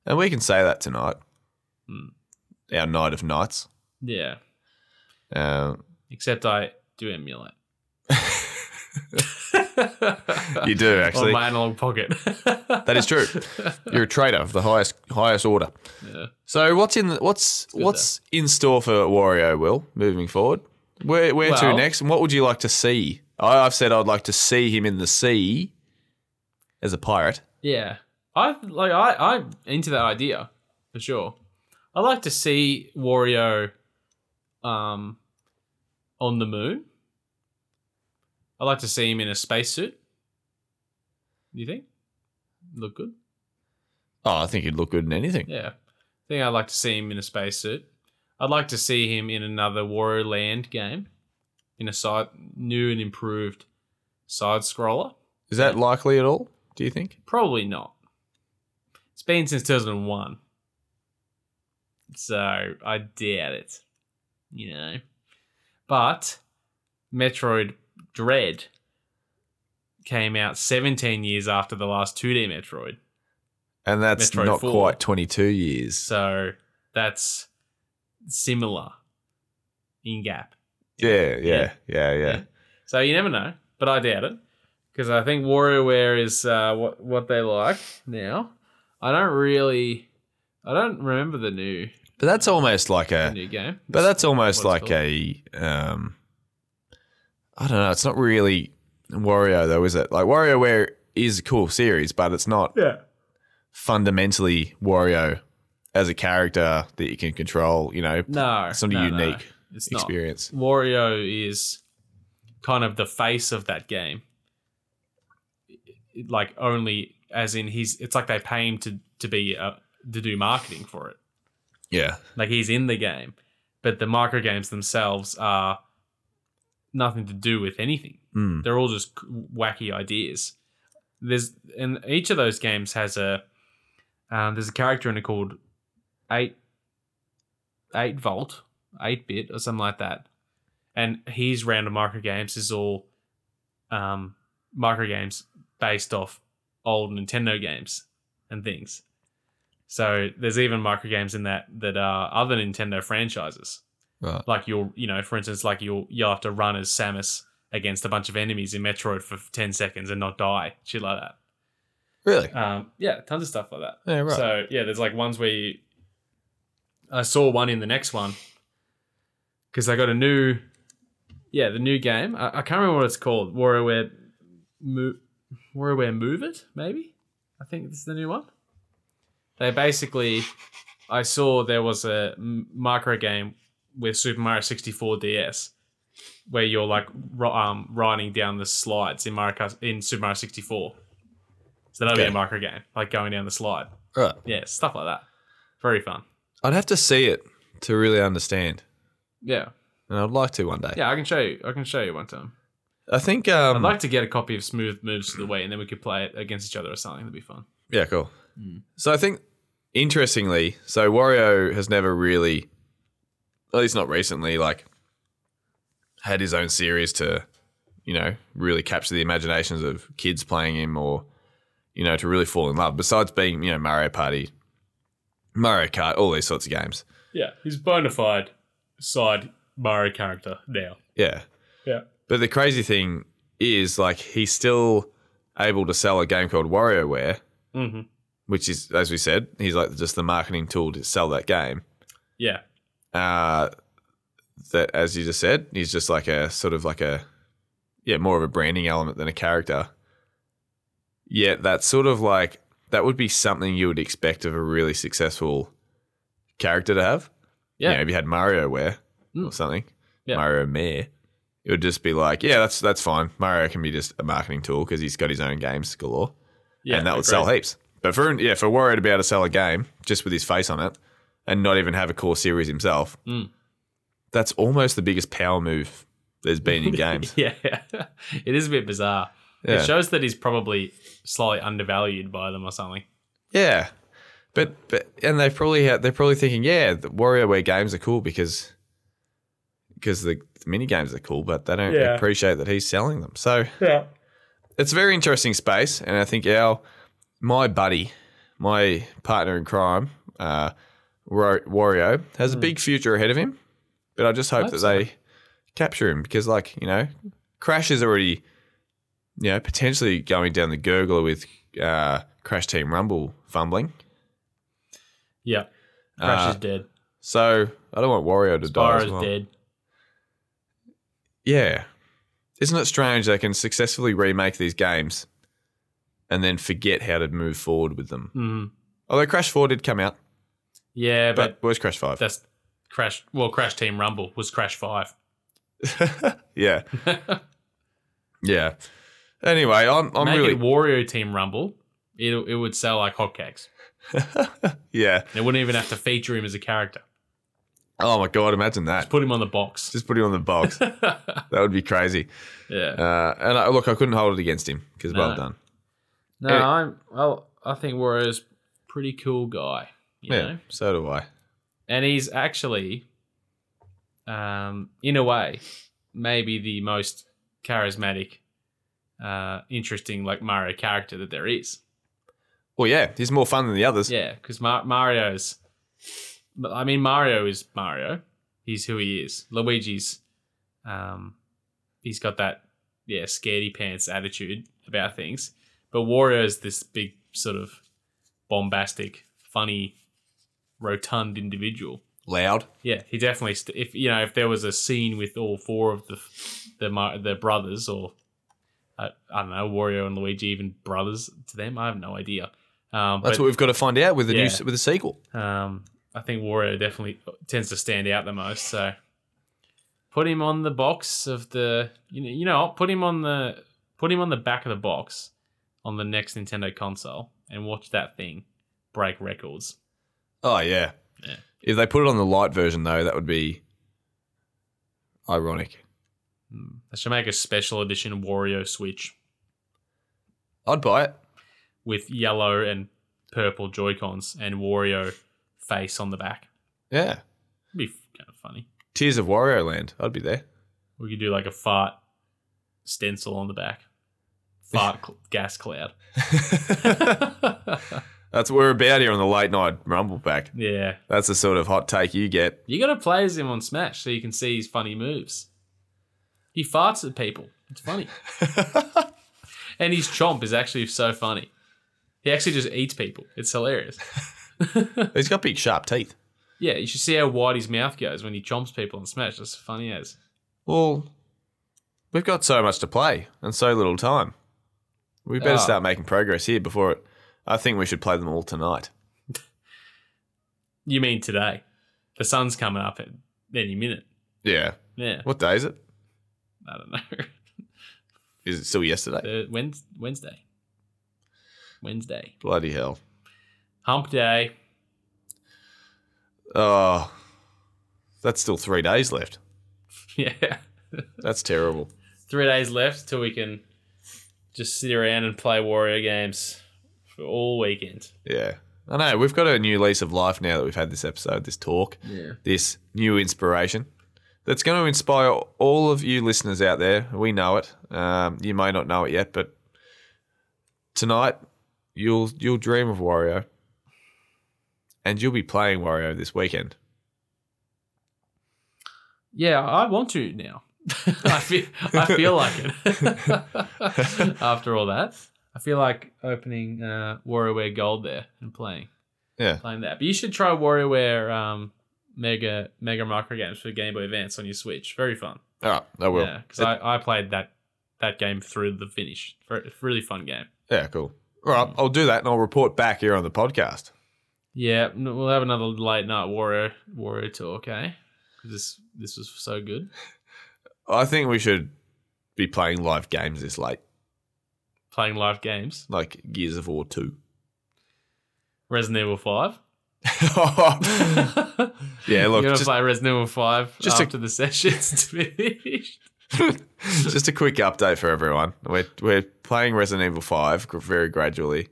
[SPEAKER 2] and we can say that tonight,
[SPEAKER 1] Hmm.
[SPEAKER 2] our night of nights.
[SPEAKER 1] Yeah.
[SPEAKER 2] Uh,
[SPEAKER 1] Except I do emulate.
[SPEAKER 2] you do
[SPEAKER 1] On
[SPEAKER 2] actually.
[SPEAKER 1] my analog pocket.
[SPEAKER 2] that is true. You're a trader of the highest highest order.
[SPEAKER 1] yeah.
[SPEAKER 2] So what's in what's
[SPEAKER 1] good,
[SPEAKER 2] what's in store for Wario? Will moving forward, where where to
[SPEAKER 1] Well-
[SPEAKER 2] next? And what would you like to see? I, I've said I'd like to see him in the sea as a pirate.
[SPEAKER 1] Yeah, I like I I'm into that idea for sure. I like to see Wario, um, on the moon. I like to see him in a spacesuit. Do you think look good?
[SPEAKER 2] Oh, I think he'd look good in anything.
[SPEAKER 1] Yeah, I think I'd like to see him in a spacesuit. I'd like to see him in another Wario Land game, in a side new and improved side scroller.
[SPEAKER 2] Is that likely at all? Do you think?
[SPEAKER 1] Probably not. It's been since 2001. So I doubt it. You know. But Metroid Dread came out 17 years after the last 2D Metroid.
[SPEAKER 2] And that's
[SPEAKER 1] Metroid
[SPEAKER 2] not
[SPEAKER 1] 4.
[SPEAKER 2] quite 22 years.
[SPEAKER 1] So that's similar in gap.
[SPEAKER 2] Yeah, yeah,
[SPEAKER 1] Yeah.
[SPEAKER 2] yeah, yeah.
[SPEAKER 1] Yeah. So you never know, but I doubt it because I think WarioWare is uh, what what they like now. I don't really, I don't remember the new
[SPEAKER 2] But that's almost like
[SPEAKER 1] the
[SPEAKER 2] a.
[SPEAKER 1] new game.
[SPEAKER 2] But that's almost
[SPEAKER 1] What it's
[SPEAKER 2] like a. Um, I don't know. It's not really Wario though, is it? Like WarioWare is a cool series, but it's not
[SPEAKER 1] yeah,
[SPEAKER 2] fundamentally Wario as a character that you can control. You know,
[SPEAKER 1] no,
[SPEAKER 2] it's not a
[SPEAKER 1] no, no.
[SPEAKER 2] unique
[SPEAKER 1] It's not.
[SPEAKER 2] experience.
[SPEAKER 1] Wario is kind of the face of that game. It- Like only as in he's, it's like they pay him to to be uh, to do marketing for it.
[SPEAKER 2] Yeah,
[SPEAKER 1] Like he's in the game, but the micro games themselves are nothing to do with anything.
[SPEAKER 2] Mm.
[SPEAKER 1] They're all just wacky ideas. There's and each of those games has a um, there's a character in it called eight eight volt eight bit or something like that, and his round of micro games is all um, micro games based off old Nintendo games and things. So there's even micro games in that that are other Nintendo franchises
[SPEAKER 2] right.
[SPEAKER 1] like you'll you know for instance like you'll you'll have to run as samus against a bunch of enemies in metroid for 10 seconds and not die shit like that
[SPEAKER 2] Really?
[SPEAKER 1] um yeah tons of stuff like that
[SPEAKER 2] yeah, right.
[SPEAKER 1] so yeah there's like ones where you i saw one in the next one because they got a new yeah the new game i, I can't remember what it's called WarioWare, Mo- WarioWare move it maybe i think this is the new one they basically i saw there was a m- micro game with Super Mario 64 DS, where you're like ri- um, riding down the slides in Mario Kart- in Super Mario 64. So that'll be a
[SPEAKER 2] Okay.
[SPEAKER 1] micro game, like going down the slide.
[SPEAKER 2] right.
[SPEAKER 1] Yeah, stuff like that. Very fun.
[SPEAKER 2] I'd have to see it to really understand.
[SPEAKER 1] Yeah,
[SPEAKER 2] and I'd like to one day.
[SPEAKER 1] Yeah, I can show you. I can show you one time.
[SPEAKER 2] I think. Um,
[SPEAKER 1] I'd like to get a copy of Smooth Moves to the Way, and then we could play it against each other or something. That'd be fun.
[SPEAKER 2] Yeah, cool.
[SPEAKER 1] Mm.
[SPEAKER 2] So I think interestingly, so Wario has never really, at least not recently, like had his own series to, you know, really capture the imaginations of kids playing him or, you know, to really fall in love. Besides being, you know, Mario Party, Mario Kart, all these sorts of games.
[SPEAKER 1] Yeah, he's bona fide side Mario character now.
[SPEAKER 2] Yeah.
[SPEAKER 1] Yeah.
[SPEAKER 2] But the crazy thing is, like, he's still able to sell a game called WarioWare,
[SPEAKER 1] Mm-hmm.
[SPEAKER 2] which is, as we said, he's like just the marketing tool to sell that game.
[SPEAKER 1] Yeah,
[SPEAKER 2] uh, that, as you just said, he's just like a sort of like a, yeah, more of a branding element than a character. Yet that's sort of like that would be something you would expect of a really successful character to have.
[SPEAKER 1] Yeah.
[SPEAKER 2] you know, if you had Mario Wear or
[SPEAKER 1] Mm.
[SPEAKER 2] something,
[SPEAKER 1] Yeah.
[SPEAKER 2] Mario Mare, it would just be like, yeah, that's that's fine. Mario can be just a marketing tool because he's got his own games galore
[SPEAKER 1] yeah,
[SPEAKER 2] and that
[SPEAKER 1] agreed.
[SPEAKER 2] would sell heaps. But for yeah, for Wario to be able to sell a game just with his face on it and not even have a core series himself,
[SPEAKER 1] Mm.
[SPEAKER 2] that's almost the biggest power move there's been in games.
[SPEAKER 1] Yeah, it is a bit bizarre.
[SPEAKER 2] Yeah.
[SPEAKER 1] It shows that he's probably slightly undervalued by them or something.
[SPEAKER 2] yeah, but but and they probably ha- they're probably thinking, yeah, the WarioWare games are cool because because the, the mini games are cool, but they don't
[SPEAKER 1] Yeah.
[SPEAKER 2] appreciate that he's selling them. So
[SPEAKER 1] Yeah.
[SPEAKER 2] it's a very interesting space, and I think our my buddy, my partner in crime, uh, Ro- Wario, has a big future ahead of him. But I just hope
[SPEAKER 1] Hmm. Hope
[SPEAKER 2] that
[SPEAKER 1] so.
[SPEAKER 2] they capture him because, like you know, Crash is already, you know, potentially going down the gurgler with uh, Crash Team Rumble fumbling.
[SPEAKER 1] Yeah. Crash
[SPEAKER 2] Uh,
[SPEAKER 1] is dead.
[SPEAKER 2] So I don't want Wario to die.
[SPEAKER 1] Spyro's
[SPEAKER 2] As well.
[SPEAKER 1] dead.
[SPEAKER 2] Yeah. Isn't it strange they can successfully remake these games and then forget how to move forward with them?
[SPEAKER 1] Mm.
[SPEAKER 2] Although Crash 4 did come out,
[SPEAKER 1] Yeah, but
[SPEAKER 2] but where's Crash 5?
[SPEAKER 1] that's Crash. Well, Crash Team Rumble was Crash Five.
[SPEAKER 2] yeah.
[SPEAKER 1] Make
[SPEAKER 2] Yeah. Anyway, I'm, I'm
[SPEAKER 1] it
[SPEAKER 2] really.
[SPEAKER 1] Wario Team Rumble. It it would sell like hotcakes.
[SPEAKER 2] yeah.
[SPEAKER 1] They wouldn't even have to feature him as a character.
[SPEAKER 2] Oh my God, imagine that.
[SPEAKER 1] Put him on the box.
[SPEAKER 2] Just put him on the box.
[SPEAKER 1] yeah.
[SPEAKER 2] that would be crazy. Uh, and I, look, I couldn't hold it against him because well
[SPEAKER 1] No.
[SPEAKER 2] done.
[SPEAKER 1] No,
[SPEAKER 2] Anyway.
[SPEAKER 1] I'm. I'll, I think Wario's pretty cool guy. You
[SPEAKER 2] yeah.
[SPEAKER 1] Know?
[SPEAKER 2] So do I.
[SPEAKER 1] and he's actually, um, in a way, maybe the most charismatic, uh, interesting like Mario character that there is.
[SPEAKER 2] Well, yeah, he's more fun than the others.
[SPEAKER 1] Yeah, because Mar- Mario's, I mean, Mario is Mario. He's who he is. Luigi's, um, he's got that yeah scaredy pants attitude about things, but Wario's this big sort of bombastic, funny, rotund individual.
[SPEAKER 2] Loud.
[SPEAKER 1] Yeah, he definitely. St- if you know, if there was a scene with all four of the the Mar- the brothers, or uh, I don't know, Wario and Luigi, even brothers to them, I have no idea. Um,
[SPEAKER 2] That's
[SPEAKER 1] but
[SPEAKER 2] what we've got to find out with the new
[SPEAKER 1] Yeah.
[SPEAKER 2] s- with the sequel.
[SPEAKER 1] um, I think Wario definitely tends to stand out the most. So put him on the box of the you know you know what? put him on the put him on the back of the box on the next Nintendo console and watch that thing break records.
[SPEAKER 2] Oh yeah.
[SPEAKER 1] Yeah.
[SPEAKER 2] If they put it on the light version though, that would be ironic.
[SPEAKER 1] Hmm. They should make a special edition Wario Switch.
[SPEAKER 2] I'd buy it.
[SPEAKER 1] with yellow and purple Joy Cons and Wario face on the back.
[SPEAKER 2] Yeah.
[SPEAKER 1] It'd be kind of funny.
[SPEAKER 2] Tears of Wario Land. I'd be there.
[SPEAKER 1] We could do like a fart stencil on the back, fart cl- gas cloud.
[SPEAKER 2] That's what we're about here on the late night rumble back.
[SPEAKER 1] yeah,
[SPEAKER 2] That's the sort of hot take you get.
[SPEAKER 1] you got to play as him on Smash so you can see his funny moves. He farts at people. It's funny, and his chomp is actually so funny. He actually just eats people. It's hilarious.
[SPEAKER 2] He's got big sharp teeth.
[SPEAKER 1] Yeah, you should see how wide his mouth goes when he chomps people on Smash. That's funny as.
[SPEAKER 2] Well, we've got so much to play and so little time. We better
[SPEAKER 1] Ah.
[SPEAKER 2] start making progress here before it. I think we should play them all tonight.
[SPEAKER 1] You mean today? The sun's coming up at any minute.
[SPEAKER 2] Yeah.
[SPEAKER 1] Yeah,
[SPEAKER 2] What day is it?
[SPEAKER 1] I don't know.
[SPEAKER 2] Is it still yesterday?
[SPEAKER 1] The Uh, Wednes- Wednesday. Wednesday.
[SPEAKER 2] Bloody hell.
[SPEAKER 1] Hump day.
[SPEAKER 2] Oh, that's still three days left.
[SPEAKER 1] Yeah.
[SPEAKER 2] That's terrible.
[SPEAKER 1] Three days left till we can just sit around and play Warrior games for all weekend.
[SPEAKER 2] Yeah. I know. We've got a new lease of life now that we've had this episode, this talk,
[SPEAKER 1] Yeah.
[SPEAKER 2] this new inspiration that's going to inspire all of you listeners out there. We know it. Um, you may not know it yet, but tonight you'll you'll dream of Wario, and you'll be playing Wario this weekend.
[SPEAKER 1] Yeah, I want to now. I feel I feel like it. After all that, I feel like opening uh, WarioWare Gold there and playing
[SPEAKER 2] Yeah.
[SPEAKER 1] playing that. But you should try WarioWare um, Mega Mega Micro Games for Game Boy Advance on your Switch. Very fun.
[SPEAKER 2] All right, I will.
[SPEAKER 1] Yeah, because I, I played that that game through the finish. Ver- It's a really fun game.
[SPEAKER 2] Yeah, cool. All right, I'll do that and I'll report back here on the podcast.
[SPEAKER 1] Yeah, n- we'll have another late night Wario Wario talk, eh? 'Cause This this was so good.
[SPEAKER 2] I think we should be playing live games this late,
[SPEAKER 1] Playing live games,
[SPEAKER 2] like Gears of War 2.
[SPEAKER 1] Resident Evil Five.
[SPEAKER 2] yeah, look,
[SPEAKER 1] You're gonna
[SPEAKER 2] just,
[SPEAKER 1] play Resident Evil Five
[SPEAKER 2] just
[SPEAKER 1] just
[SPEAKER 2] a-
[SPEAKER 1] after the session's finished.
[SPEAKER 2] just a quick update for everyone. We're, we're playing Resident Evil 5 gr- very gradually.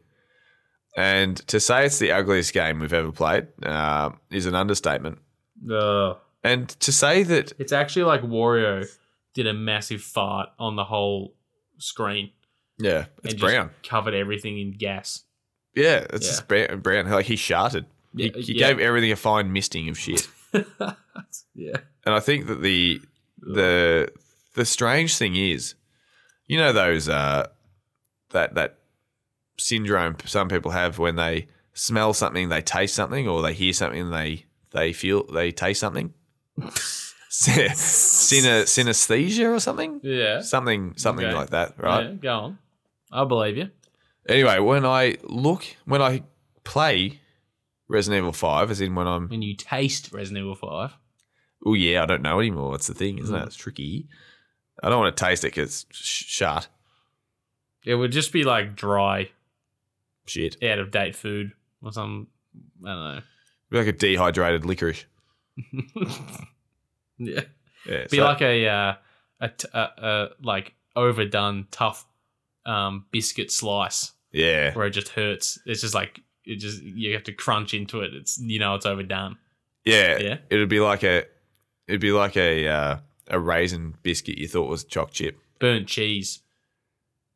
[SPEAKER 2] And to say it's the ugliest game we've ever played uh, is an understatement.
[SPEAKER 1] No,
[SPEAKER 2] And to say that,
[SPEAKER 1] it's actually like Wario did a massive fart on the whole screen.
[SPEAKER 2] yeah,
[SPEAKER 1] and
[SPEAKER 2] it's
[SPEAKER 1] just
[SPEAKER 2] brown.
[SPEAKER 1] Covered everything in gas.
[SPEAKER 2] Yeah, it's
[SPEAKER 1] Yeah.
[SPEAKER 2] just brown, brown. Like he sharted. He,
[SPEAKER 1] Yeah,
[SPEAKER 2] he
[SPEAKER 1] yeah.
[SPEAKER 2] gave everything a fine misting of shit.
[SPEAKER 1] yeah.
[SPEAKER 2] And I think that the the the strange thing is, you know those uh that that syndrome some people have when they smell something, they taste something, or they hear something, they they feel they taste something. Syn- Syna, synesthesia or something,
[SPEAKER 1] Yeah.
[SPEAKER 2] something something
[SPEAKER 1] Okay.
[SPEAKER 2] like that, right?
[SPEAKER 1] Yeah, go on. I believe you.
[SPEAKER 2] Anyway, when I look, when I play Resident Evil Five, as in when I'm,
[SPEAKER 1] When you taste Resident Evil Five,
[SPEAKER 2] oh yeah, I don't know anymore. That's the thing, isn't it? It's tricky. I don't want to taste it because it's sh- shart.
[SPEAKER 1] it would just be like dry,
[SPEAKER 2] Shit.
[SPEAKER 1] out of date food or some. I
[SPEAKER 2] Be like a dehydrated licorice.
[SPEAKER 1] don't know. yeah.
[SPEAKER 2] Yeah,
[SPEAKER 1] Be
[SPEAKER 2] so-
[SPEAKER 1] like a uh, a, t- a, a like overdone tough um, biscuit slice
[SPEAKER 2] yeah,
[SPEAKER 1] where it just hurts. It's just like it just you have to crunch into it. It's you know it's overdone.
[SPEAKER 2] yeah,
[SPEAKER 1] Yeah.
[SPEAKER 2] It'd be like a, it'd be like a uh, a raisin biscuit you thought was choc chip.
[SPEAKER 1] Burnt cheese,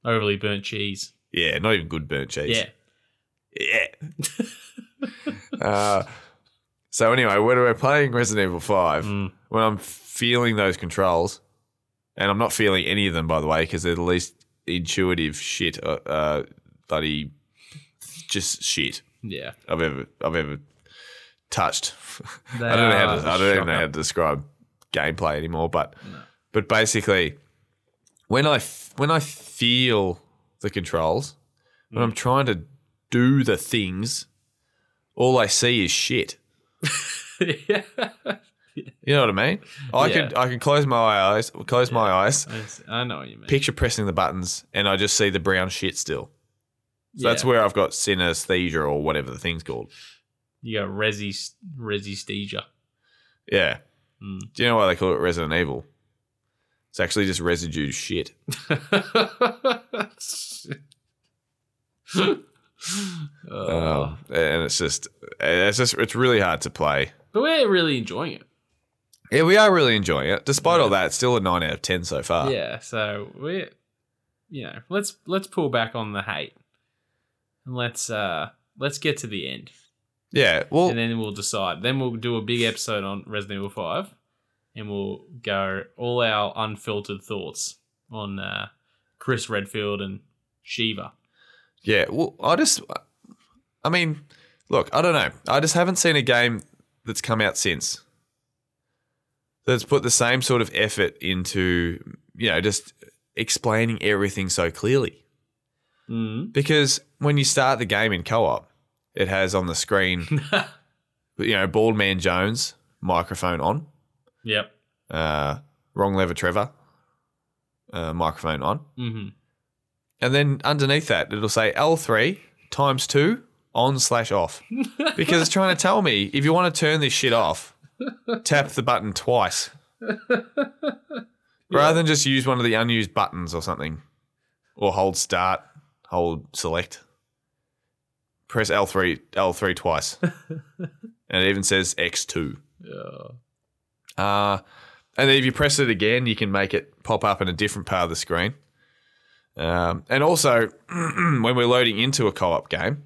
[SPEAKER 1] overly burnt cheese.
[SPEAKER 2] Yeah, not even good burnt cheese.
[SPEAKER 1] Yeah,
[SPEAKER 2] yeah. uh, so anyway, when we're playing Resident Evil Five,
[SPEAKER 1] Mm.
[SPEAKER 2] when I'm feeling those controls, and I'm not feeling any of them by the way, because they're the least intuitive shit, uh, uh, bloody, just shit
[SPEAKER 1] yeah.
[SPEAKER 2] I've ever I've ever touched.
[SPEAKER 1] They
[SPEAKER 2] I don't know how
[SPEAKER 1] are
[SPEAKER 2] to, I don't even know
[SPEAKER 1] shocker.
[SPEAKER 2] how to describe gameplay anymore, but
[SPEAKER 1] No.
[SPEAKER 2] but basically, when I f- when I feel the controls,
[SPEAKER 1] Mm.
[SPEAKER 2] when I'm trying to do the things, all I see is shit.
[SPEAKER 1] yeah.
[SPEAKER 2] You know what I mean? I
[SPEAKER 1] Yeah.
[SPEAKER 2] could I could close my eyes, close my eyes,
[SPEAKER 1] I s- I know what you mean.
[SPEAKER 2] picture pressing the buttons, and I just see the brown shit still. So that's
[SPEAKER 1] Yeah.
[SPEAKER 2] where I've got synesthesia or whatever the thing's called.
[SPEAKER 1] you got resi resistesia.
[SPEAKER 2] Yeah.
[SPEAKER 1] Mm.
[SPEAKER 2] Do you know why they call it Resident Evil? It's actually just residue shit.
[SPEAKER 1] Oh.
[SPEAKER 2] Um, and it's just, it's just, it's really hard to play.
[SPEAKER 1] but we're really enjoying it.
[SPEAKER 2] Yeah, we are really enjoying it. Despite
[SPEAKER 1] Yeah.
[SPEAKER 2] all that, it's still a nine out of ten so far.
[SPEAKER 1] yeah, so we, you know, let's let's pull back on the hate, and let's uh let's get to the end,
[SPEAKER 2] Yeah. Well,
[SPEAKER 1] and then we'll decide. Then we'll do a big episode on Resident Evil Five, and we'll go all our unfiltered thoughts on uh, Chris Redfield and Shiva.
[SPEAKER 2] yeah. Well, I just, I mean, look, I don't know. I just haven't seen a game that's come out since that's put the same sort of effort into, you know, just explaining everything so clearly. Mm-hmm.
[SPEAKER 1] Mm.
[SPEAKER 2] Because when you start the game in co-op, it has on the screen, you know, bald man Jones microphone on,
[SPEAKER 1] yep.
[SPEAKER 2] uh, wrong lever Trevor uh, microphone on,
[SPEAKER 1] hmm
[SPEAKER 2] and then underneath that it'll say L three times two on slash off, because it's trying to tell me if you want to turn this shit off, tap the button twice. Rather than just use one of the unused buttons or something, or hold start, hold select, press L three L three twice, and it even says X two.
[SPEAKER 1] Yeah.
[SPEAKER 2] Uh, and then if you press it again, you can make it pop up in a different part of the screen. Um, and also, when we're loading into a co-op game,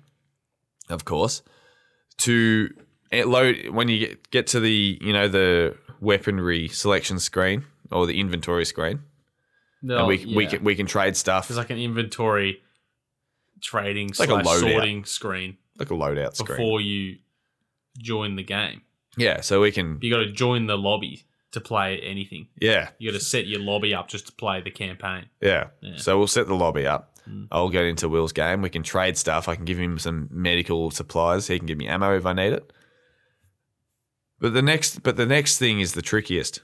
[SPEAKER 2] of course, to it load when you get, get to the you know the weaponry selection screen or the inventory screen,
[SPEAKER 1] No,
[SPEAKER 2] and we
[SPEAKER 1] Oh, yeah.
[SPEAKER 2] we can we can trade stuff
[SPEAKER 1] There's like an inventory trading
[SPEAKER 2] like a
[SPEAKER 1] slash
[SPEAKER 2] loadout
[SPEAKER 1] sorting screen
[SPEAKER 2] like a loadout screen.
[SPEAKER 1] before you join the game.
[SPEAKER 2] yeah, so we can
[SPEAKER 1] You got to join the lobby to play anything.
[SPEAKER 2] yeah
[SPEAKER 1] You got to set your lobby up just to play the campaign.
[SPEAKER 2] Yeah.
[SPEAKER 1] Yeah.
[SPEAKER 2] So we'll set the lobby up.
[SPEAKER 1] Mm.
[SPEAKER 2] I'll get into Will's game. We can trade stuff. I can give him some medical supplies. He can give me ammo if I need it. But the next but the next thing is the trickiest.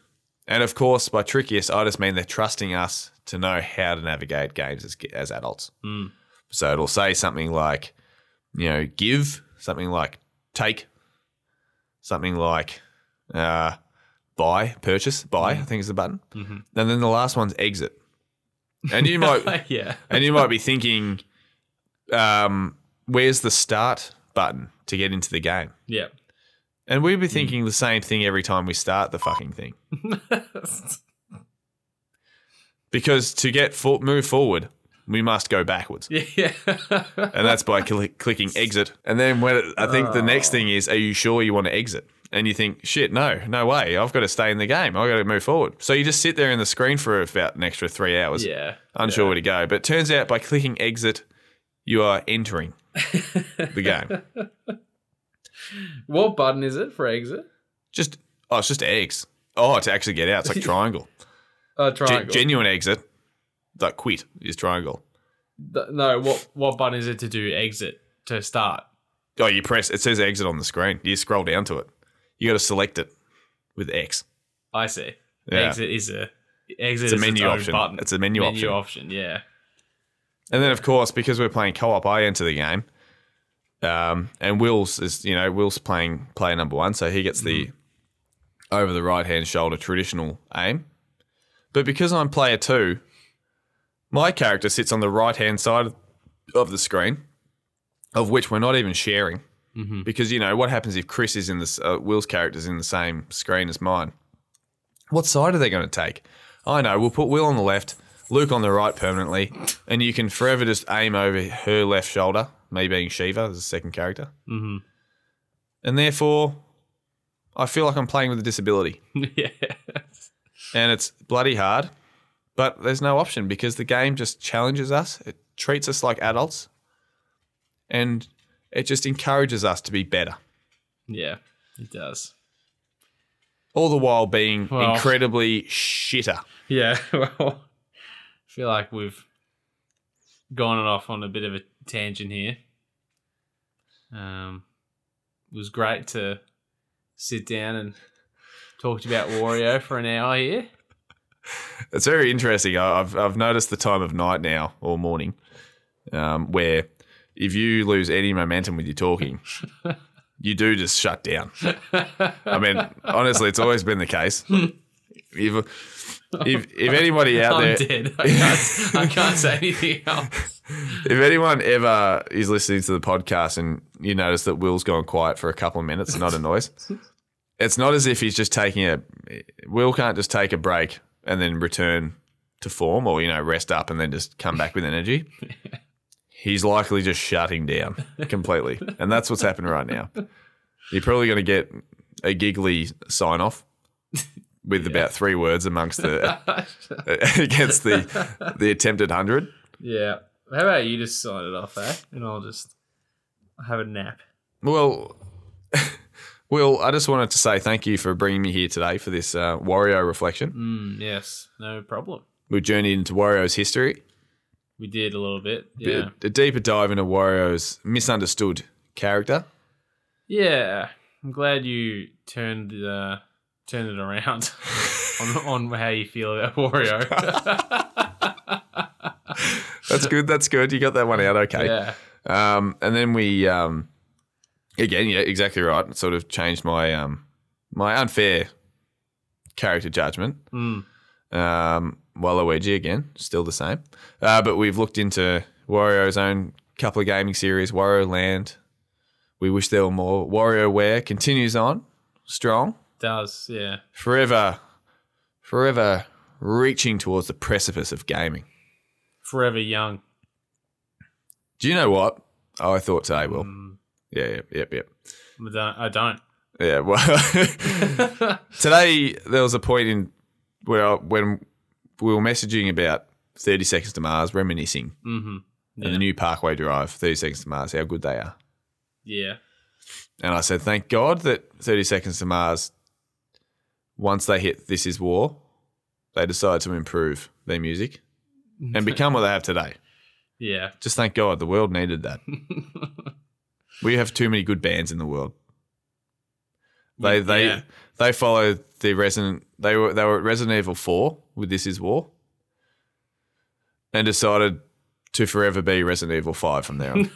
[SPEAKER 2] And of course, by trickiest, I just mean they're trusting us to know how to navigate games as, as adults.
[SPEAKER 1] Mm.
[SPEAKER 2] So it'll say something like, you know, give, something like take, something like uh, buy, purchase,
[SPEAKER 1] Mm.
[SPEAKER 2] buy, I think is the button.
[SPEAKER 1] Mhm.
[SPEAKER 2] And then the last one's exit. And you might
[SPEAKER 1] yeah.
[SPEAKER 2] and you might be thinking, um, where's the start button to get into the game?
[SPEAKER 1] Yeah.
[SPEAKER 2] And we'd be thinking the same thing every time we start the fucking thing. Because to get for- move forward, we must go backwards.
[SPEAKER 1] yeah.
[SPEAKER 2] And that's by cli clicking exit. And then when it, I think the next thing is, are you sure you want to exit? And you think, shit, no, no way. I've got to stay in the game. I've got to move forward. So you just sit there in the screen for about an extra three hours,
[SPEAKER 1] yeah.
[SPEAKER 2] unsure where to go. But it turns out by clicking exit, you are entering the game.
[SPEAKER 1] What button is it for exit?
[SPEAKER 2] Just oh, it's just eggs. Oh, to actually get out, it's like triangle.
[SPEAKER 1] Uh,
[SPEAKER 2] Ge-
[SPEAKER 1] triangle.
[SPEAKER 2] genuine exit, like quit is triangle.
[SPEAKER 1] Th- no, what what button is it to do exit to start?
[SPEAKER 2] Oh, you press. It says exit on the screen. You scroll down to it. You got to select it with X.
[SPEAKER 1] I see.
[SPEAKER 2] Yeah.
[SPEAKER 1] Exit is a exit
[SPEAKER 2] It's a
[SPEAKER 1] is
[SPEAKER 2] menu
[SPEAKER 1] its own
[SPEAKER 2] option.
[SPEAKER 1] Button.
[SPEAKER 2] It's a menu, option.
[SPEAKER 1] option. Yeah.
[SPEAKER 2] and then of course, because we're playing co-op, I enter the game. Um, and Will's is you know Will's playing player number one, so he gets the over the right hand shoulder traditional aim. But because I'm player two, my character sits on the right hand side of the screen, of which we're not even sharing,
[SPEAKER 1] Mhm.
[SPEAKER 2] because you know what happens if Chris is in this uh, Will's character's in the same screen as mine. What side are they going to take? I know we'll put Will on the left, Luke on the right permanently, and you can forever just aim over her left shoulder. Me being Shiva as a second character,
[SPEAKER 1] hmm
[SPEAKER 2] and therefore, I feel like I'm playing with a disability.
[SPEAKER 1] yeah.
[SPEAKER 2] and it's bloody hard. But there's no option because the game just challenges us. It treats us like adults, and it just encourages us to be better,
[SPEAKER 1] Yeah. It does.
[SPEAKER 2] all the while being
[SPEAKER 1] Well-
[SPEAKER 2] incredibly shitter.
[SPEAKER 1] Yeah. Well, I feel like we've gone off on a bit of a tangent here. Um, it was great to sit down and talk to you about Wario for an hour here.
[SPEAKER 2] It's very interesting. I- I've I've noticed the time of night now or morning, um, where if you lose any momentum with your talking, you do just shut down. I mean, honestly, it's always been the case. If if, if anybody out
[SPEAKER 1] I'm
[SPEAKER 2] there,
[SPEAKER 1] dead. I can't, I can't say anything else.
[SPEAKER 2] If anyone ever is listening to the podcast and you notice that Will's gone quiet for a couple of minutes, not a noise, it's not as if he's just taking a. Will can't just take a break and then return to form or, you know, rest up and then just come back with energy. He's likely just shutting down completely. And that's what's happened right now. You're probably going to get a giggly sign off with about three words amongst the against the the attempted hundred.
[SPEAKER 1] yeah. How about you just sign it off, eh? And I'll just have a nap.
[SPEAKER 2] Well, Will, I just wanted to say thank you for bringing me here today for this uh, Wario reflection.
[SPEAKER 1] Mm, yes, no problem.
[SPEAKER 2] We journeyed into Wario's history,
[SPEAKER 1] We did a little bit.
[SPEAKER 2] a bit-
[SPEAKER 1] Yeah.
[SPEAKER 2] a deeper dive into Wario's misunderstood character.
[SPEAKER 1] Yeah. I'm glad you turned uh, turned it around on, on how you feel about Wario.
[SPEAKER 2] That's good. That's good. You got that one out okay.
[SPEAKER 1] yeah.
[SPEAKER 2] Um, and then we, um, again, yeah, exactly right. It sort of changed my um, my unfair character judgment.
[SPEAKER 1] Mm.
[SPEAKER 2] Um, Waluigi again, still the same. Uh, but we've looked into Wario's own couple of gaming series, Wario Land. We wish there were more. WarioWare continues on strong,
[SPEAKER 1] Does yeah.
[SPEAKER 2] forever, forever reaching towards the precipice of gaming.
[SPEAKER 1] Forever young.
[SPEAKER 2] Do you know what? Oh, I thought today, Will.
[SPEAKER 1] Mm,
[SPEAKER 2] Yeah, yep, yep, yep.
[SPEAKER 1] I don't. I don't.
[SPEAKER 2] Yeah, well, today there was a point in where I, when we were messaging about 30 Seconds to Mars, reminiscing,
[SPEAKER 1] hmm
[SPEAKER 2] and
[SPEAKER 1] Yeah.
[SPEAKER 2] the new Parkway Drive, 30 Seconds to Mars, how good they are.
[SPEAKER 1] Yeah.
[SPEAKER 2] And I said, thank God that 30 Seconds to Mars, once they hit This Is War, they decided to improve their music and become what they have today.
[SPEAKER 1] Yeah.
[SPEAKER 2] Just thank God the world needed that. We have too many good bands in the world. They they
[SPEAKER 1] Yeah.
[SPEAKER 2] they follow the Resident they were they were at Resident Evil 4 with This Is War and decided to forever be Resident Evil 5 from there on.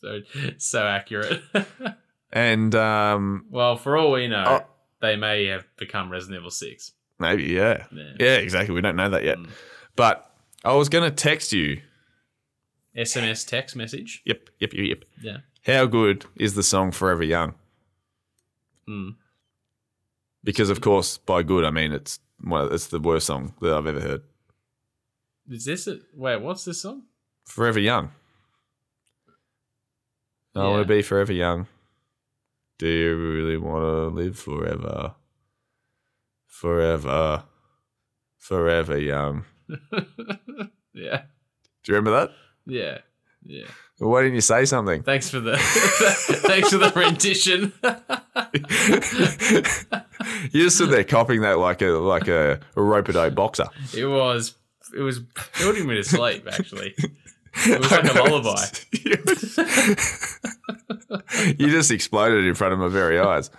[SPEAKER 1] so so accurate.
[SPEAKER 2] and um
[SPEAKER 1] well, for all we know,
[SPEAKER 2] Oh.
[SPEAKER 1] they may have become Resident Evil Six.
[SPEAKER 2] maybe yeah.
[SPEAKER 1] Yeah.
[SPEAKER 2] Yeah, exactly. We don't know that yet.
[SPEAKER 1] Mm.
[SPEAKER 2] But I was going to text you.
[SPEAKER 1] SMS text message.
[SPEAKER 2] Yep, yep, yep, yep.
[SPEAKER 1] Yeah.
[SPEAKER 2] How good is the song Forever Young?
[SPEAKER 1] Mm.
[SPEAKER 2] Because of course, by good I mean it's well, it's the worst song that I've ever heard.
[SPEAKER 1] Is this it? Wait, what's this song?
[SPEAKER 2] forever young. I want
[SPEAKER 1] Yeah.
[SPEAKER 2] to be forever young. Do you really want to live forever? Forever, forever young.
[SPEAKER 1] yeah.
[SPEAKER 2] Do you remember that?
[SPEAKER 1] Yeah. Yeah.
[SPEAKER 2] Well, Why didn't you say something?
[SPEAKER 1] Thanks for the thanks for the rendition.
[SPEAKER 2] you just stood there copying that like a like a rope a dope boxer.
[SPEAKER 1] it was it was putting me to sleep actually. It was like a lullaby.
[SPEAKER 2] you just exploded in front of my very eyes.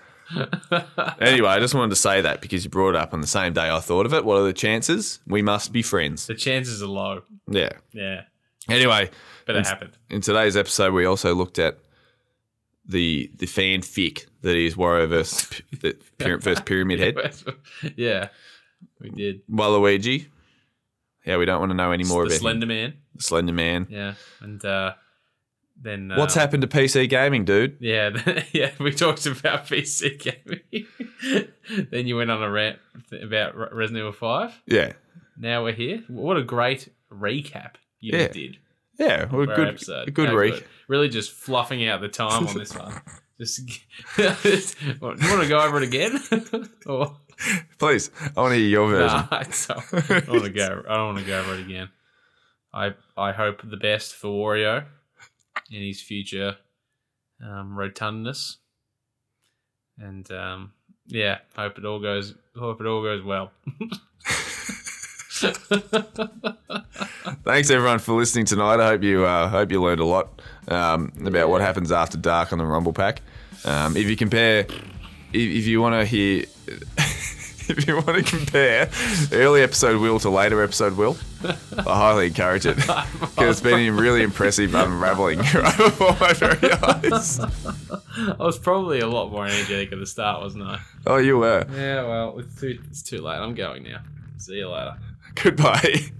[SPEAKER 2] Anyway, I just wanted to say that because you brought it up on the same day I thought of it. What are the chances? We must be friends.
[SPEAKER 1] the chances are low.
[SPEAKER 2] Yeah.
[SPEAKER 1] Yeah.
[SPEAKER 2] Anyway,
[SPEAKER 1] But it
[SPEAKER 2] It's-
[SPEAKER 1] happened.
[SPEAKER 2] in today's episode, we also looked at the the fanfic that is Wario versus, P- the pyra- versus Pyramid Head.
[SPEAKER 1] yeah. We did.
[SPEAKER 2] Waluigi. Yeah, we don't want to know any more
[SPEAKER 1] the
[SPEAKER 2] about him.
[SPEAKER 1] Slender Man.
[SPEAKER 2] The Slender Man.
[SPEAKER 1] Yeah. And uh then uh,
[SPEAKER 2] What's happened to PC gaming, dude?
[SPEAKER 1] Yeah, yeah, we talked about PC gaming. then you went on a rant about Re- Resident Evil Five.
[SPEAKER 2] Yeah.
[SPEAKER 1] Now we're here. What a great recap you
[SPEAKER 2] Yeah.
[SPEAKER 1] did.
[SPEAKER 2] Yeah, well,
[SPEAKER 1] for our
[SPEAKER 2] good,
[SPEAKER 1] episode.
[SPEAKER 2] a good
[SPEAKER 1] How
[SPEAKER 2] reek.
[SPEAKER 1] Really, just fluffing out the time on this one. Just, you want to go over it again? or
[SPEAKER 2] Please, I want to hear your version.
[SPEAKER 1] Nah, it's all- I don't want to go. I don't want to go over it again. I I hope the best for Wario in his future um, rotundness, and um, yeah, hope it all goes. Hope it all goes well.
[SPEAKER 2] Thanks everyone for listening tonight. I hope you uh, hope you learned a lot um, about what happens after dark on the Rumble Pack. Um, if you compare, if, if you want to hear, if you want to compare early episode Will to later episode Will, I highly encourage it because it's been a really impressive unraveling right before my very eyes.
[SPEAKER 1] I was probably a lot more energetic at the start, wasn't I?
[SPEAKER 2] Oh, you were.
[SPEAKER 1] Yeah. Well, it's too it's too late. I'm going now. See you later.
[SPEAKER 2] Goodbye.